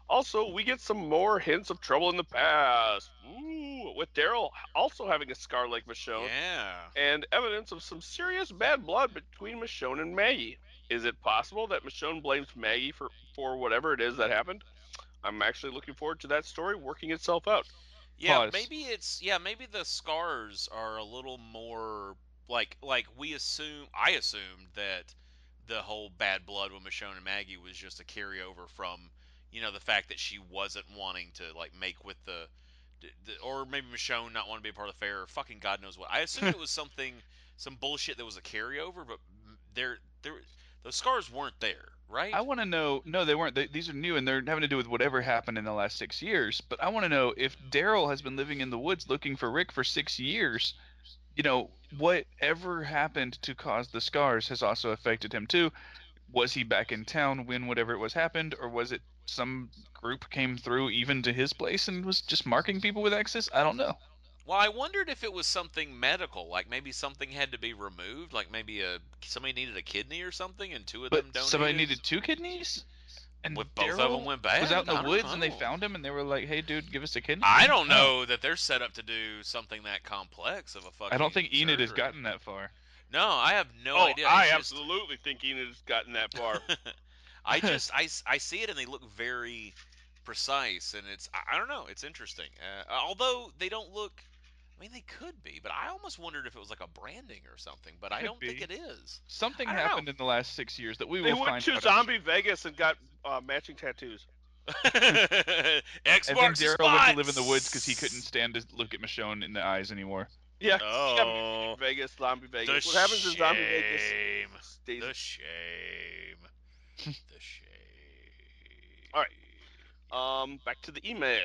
Also, we get some more hints of trouble in the past. Ooh, with Daryl also having a scar like Michonne, Yeah. and evidence of some serious bad blood between Michonne and Maggie. Is it possible that Michonne blames Maggie for, for whatever it is that happened? I'm actually looking forward to that story working itself out. Yeah, Pause. maybe it's yeah, maybe the scars are a little more like like we assume I assumed that the whole bad blood with Michonne and Maggie was just a carryover from you know the fact that she wasn't wanting to like make with the, d d- or maybe Michonne not want to be a part of the fair or fucking God knows what. I assumed it was something some bullshit that was a carryover, but m- there there those scars weren't there, right? I want to know. No, they weren't. They, these are new, and they're having to do with whatever happened in the last six years. But I want to know if Daryl has been living in the woods looking for Rick for six years. You know, whatever happened to cause the scars has also affected him too. Was he back in town when whatever it was happened, or was it some group came through even to his place and was just marking people with X's? I don't know. Well, I wondered if it was something medical, like maybe something had to be removed, like maybe a somebody needed a kidney or something, and two of But them donated. somebody needed two kidneys, and With both of them Daryl went bad. was out in I the don't woods, and they know. found him, and they were like, "Hey, dude, give us a kidney." I don't know that they're set up to do something that complex of a fucking. I don't think Enid has surgery. gotten that far. No, I have no oh, idea. I It's just- absolutely think Enid's gotten that far. I just I, s- I see it and they look very precise and it's I, I don't know it's interesting uh, although they don't look I mean they could be but I almost wondered if it was like a branding or something but I Could don't think be. it is Something I don't know. happened in the last six years that we they will went find to out. Zombie Vegas and got uh, matching tattoos. X And then marks the Daryl went to spot. live in the woods because he couldn't stand to look at Michonne in the eyes anymore. Yeah. Oh, Vegas, Zombie the Vegas. what happens in Zombie Vegas shame. stays. The shame. The shame. All right. Um, back to the email.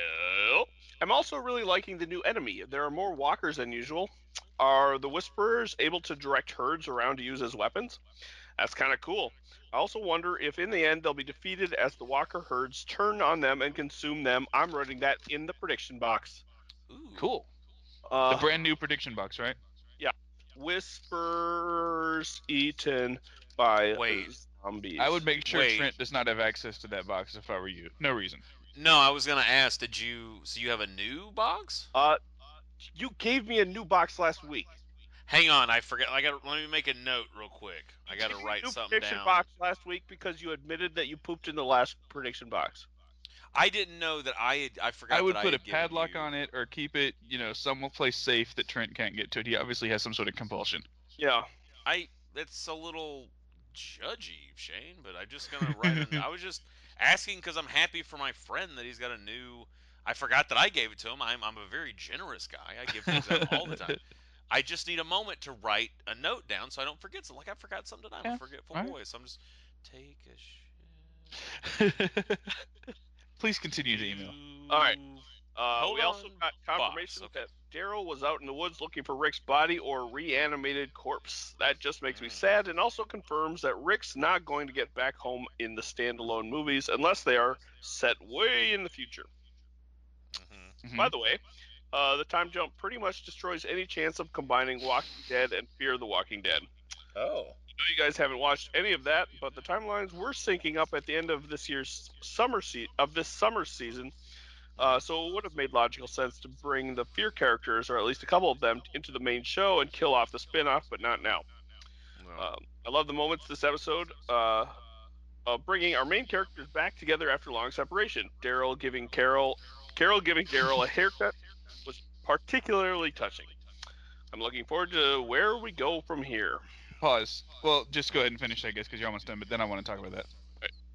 I'm also really liking the new enemy. There are more walkers than usual. Are the whisperers able to direct herds around to use as weapons? That's kind of cool. I also wonder if in the end they'll be defeated as the walker herds turn on them and consume them. I'm running that in the prediction box. Ooh. Cool. Uh, The brand new prediction box, right? whispers eaten by Wait. zombies. I would make sure Wait. Trent does not have access to that box if I were you. No reason. No, I was gonna ask. Did you? So you have a new box? Uh, you gave me a new box last week. Hang on, I forgot. I got. to Let me make a note real quick. I gotta Did you write do something prediction down. box last week because you admitted that you pooped in the last prediction box. I didn't know that I. Had, I forgot. I would that put I a had given padlock you- on it or keep it, you know, some place safe that Trent can't get to it. He obviously has some sort of compulsion. Yeah. I. That's a little judgy, Shane. But I'm just gonna write. A, I was just asking because I'm happy for my friend that he's got a new. I forgot that I gave it to him. I'm. I'm a very generous guy. I give things out all the time. I just need a moment to write a note down so I don't forget. So like I forgot something tonight. I'm Yeah, a forgetful alright. boy. So I'm just take a shit. Please continue to email. Alright. You- Uh, Hold we also on. got confirmation Box, okay. that Daryl was out in the woods looking for Rick's body or reanimated corpse. That just makes me Mm. sad and also confirms that Rick's not going to get back home in the standalone movies unless they are set way in the future. Mhm. By the way, uh, the time jump pretty much destroys any chance of combining Walking Dead and Fear the Walking Dead. Oh. know you guys haven't watched any of that, but the timelines were syncing up at the end of this year's summer se- of this summer season. Uh, so it would have made logical sense to bring the fear characters, or at least a couple of them, into the main show and kill off the spin-off, but not now. Um, I love the moments this episode uh, of bringing our main characters back together after long separation. Daryl giving Carol, Carol giving Daryl a haircut was particularly touching. I'm looking forward to where we go from here. Pause. Well, just go ahead and finish, I guess, because you're almost done. But then I want to talk about that.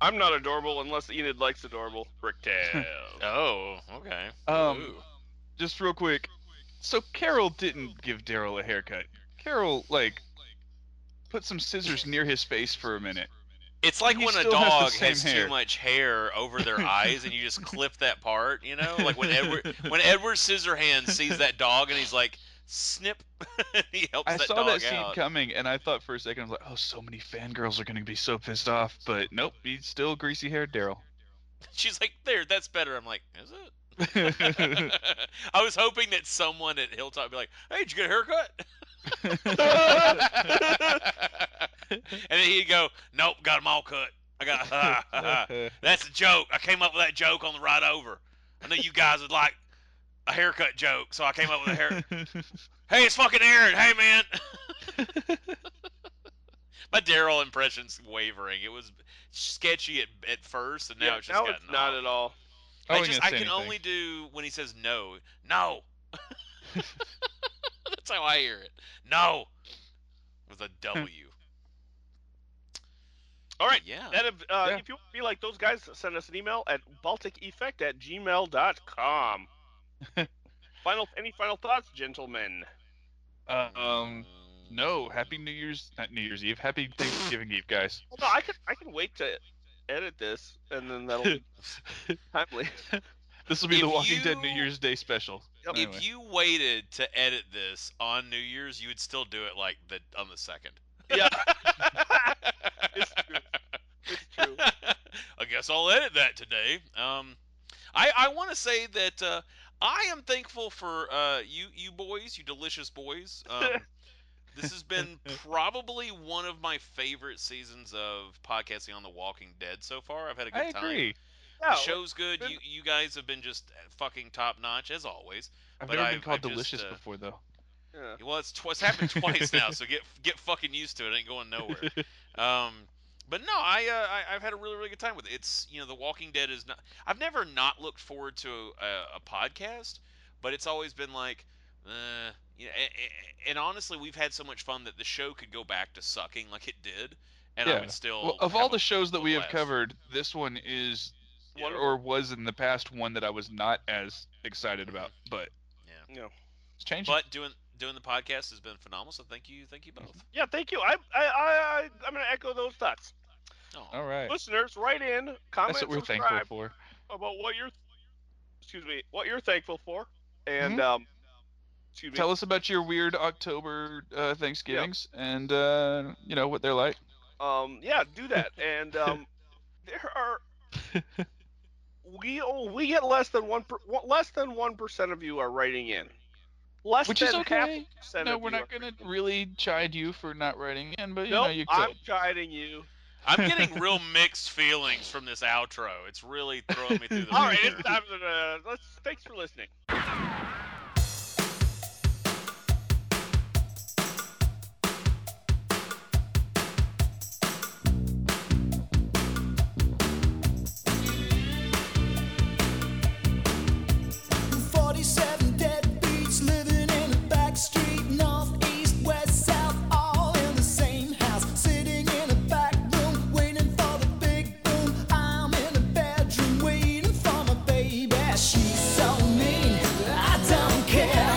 I'm not adorable unless Enid likes adorable. Bricktail. oh. Okay. Um, Ooh. Just real quick. So Carol didn't give Daryl a haircut. Carol like put some scissors near his face for a minute. It's like he when a still has the dog same has, hair. too much hair over their eyes, and you just clip that part. You know, Oh, like when Edward when Edward Scissorhands sees that dog, and he's like, "Snip!" he helps I that saw dog that scene out. coming, and I thought for a second, I was like, "Oh, so many fangirls are going to be so pissed off." But nope, he's still greasy-haired Daryl. She's like, "There, that's better." I'm like, "Is it?" I was hoping that someone at Hilltop would be like, "Hey, did you get a haircut?" and then he'd go, "Nope, got them all cut. I got that's a joke. I came up with that joke on the ride over. I knew you guys would like a haircut joke, so I came up with a hair. hey, it's fucking Aaron. Hey, man." My Daryl impression's wavering. It was sketchy at, at first, and now Yeah, it's just gotten not off. at all. I I, wasn't just I gonna can say anything. only do when he says no. No. That's how I hear it. No. With a W. All right. Yeah. That, if, uh, Yeah. If you want to be like those guys, send us an email at balticeffect at gmail.com. final, any final thoughts, gentlemen? Uh, um, no. Happy New Year's, not New Year's Eve. Happy Thanksgiving Eve, guys. Well, no, I can, I can wait to edit this, and then that'll be timely. This will be the If Walking Dead New you- Year's Day special. Yep. Anyway. If you waited to edit this on New Year's, you would still do it like the on the second. Yeah. It's true. It's true. I guess I'll edit that today. Um, I I want to say that uh, I am thankful for uh, you you boys, you delicious boys. Um, this has been probably one of my favorite seasons of podcasting on The Walking Dead so far. I've had a good I time. agree. Yeah, the show's good. been- You you guys have been just uh, fucking top notch as always. I've But never been I've- called I've just, delicious uh, before, though. yeah. Well, it's, tw- it's happened twice now, so get get fucking used to it. It ain't going nowhere. Um, but no, I, uh, I I've had a really really good time with it. It's you know, The Walking Dead is not. I've never not looked forward to a, a podcast, but it's always been like, uh, you know, a- a- and honestly, we've had so much fun that the show could go back to sucking like it did, and I Yeah. would oh, still. Well, of have all a- the shows that we have blast. covered, this one is One of- or was in the past one that I was not as excited about, but Yeah. No. it's changing. But doing doing the podcast has been phenomenal. So thank you, thank you Mm-hmm. both. yeah, thank you. I, I, I, I, I'm going to echo those thoughts. Oh, all right, Listeners, write in, comment, that's what we're subscribe. thankful for. about what you're excuse me what you're thankful for and um excuse Mm-hmm. Tell me us about your weird October uh, Thanksgivings and uh, you know what they're like. um yeah do that and um there are we oh, we get less than one per, one- less than one percent of you are writing in less Which than is half okay. a percent no, of we're you not are- gonna really chide you for not writing in, but you Nope, know you I'm could. chiding you. I'm getting real mixed feelings from this outro. It's really throwing me through the. All right, ringer. it's time to uh, let's. Thanks for listening. Forty-seven deadbeats living in the back street, north, east, west, south, all in the same house. Sitting in a back room, waiting for the big boom. I'm in the bedroom, waiting for my baby. She's so mean, I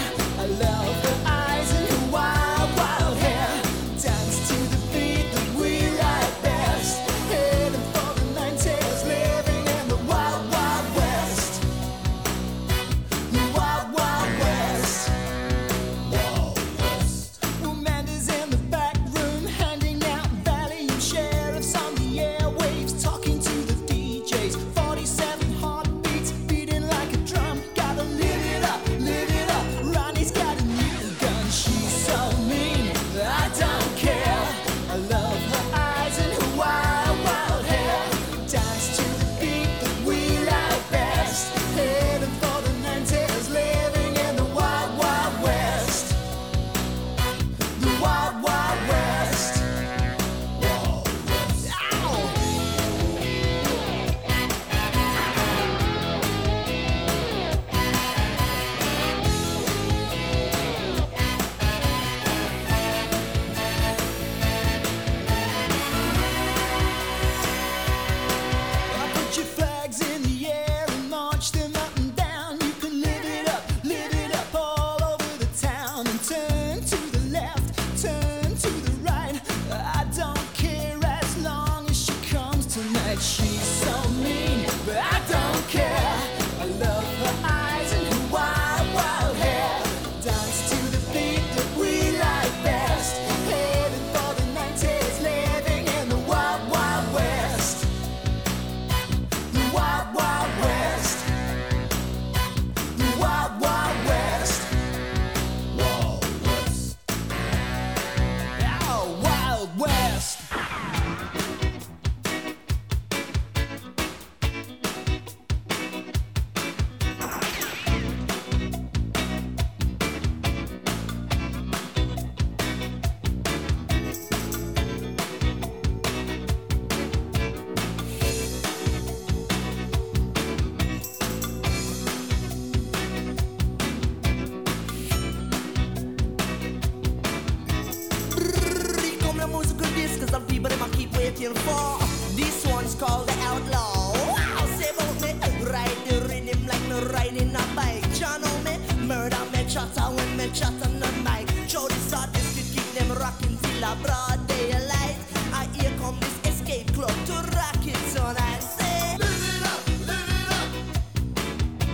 some people they might keep waiting for. This one's called the outlaw. Wow, say about me, ride the rhythm like me riding a bike. John on me, murder me, chatter when me chatter on the mic. Show this artist to keep them rocking till a broad daylight. I here come this escape club to rock it tonight. Say, live it up, live it up.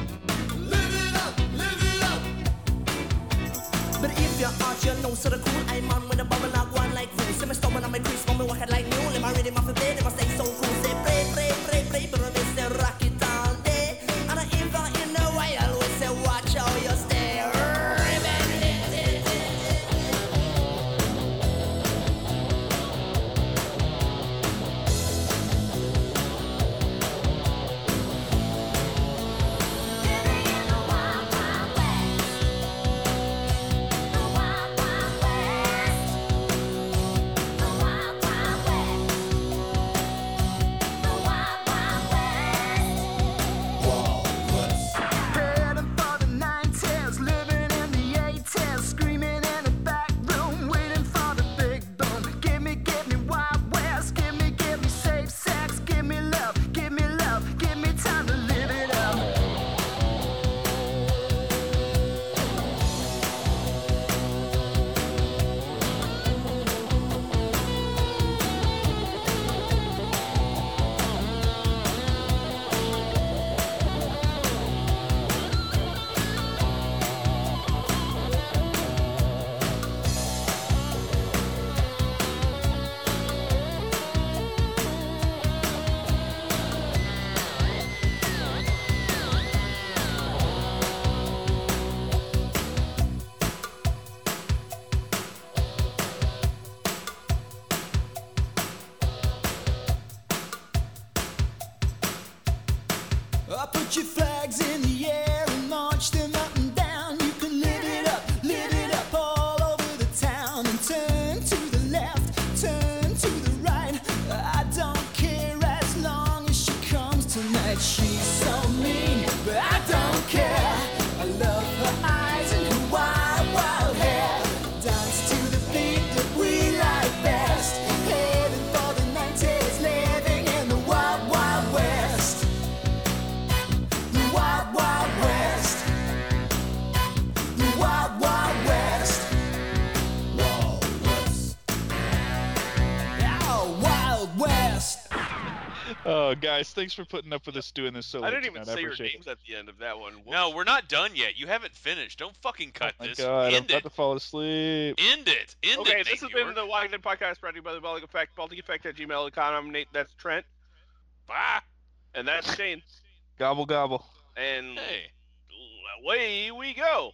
Live it up, live it up. But if you're out, you know, so the cool I'm on with a bubble like one like this. See my stomach and my crease, mommy walking like new. Let my rhythm off and play, let my stay so cool. Say play, play, play, play, but I miss the rocket all day. And I ain't got in a while, we say watch how you stay. Heading for the 90s, living in the 80s, screaming in the back room, waiting for the big boom. Give me, give me Wild West, give me, give me safe sex, give me love, give me love, give me time to live it up. I put your flags in the air and march them up and down. You can live it up, live it up all over the town. And turn to the left, turn to the right. I don't care as long as she comes tonight. She's so mean, but I don't care. I love her eyes and her wild, wild hair. Dance to the beat that we like best. Heading for the 90s, living in the wild, wild west. The Wild Wild West. The Wild Wild West. Wild West. Oh, Wild West. Oh, guys, thanks for putting up with us doing this so late I didn't even tonight. I say your appreciate names at the end of that one. No, we're not done yet. You haven't finished. Don't fucking cut it. Oh My this. God, I'm End about it. to fall asleep. End it. End Okay, it. this has Nate been York. the Wagner podcast brought to you by the Baltic Effect. Baltic Effect at gmail.com. I'm Nate. That's Trent. Bye. And that's Shane. Gobble gobble. And Hey. away we go.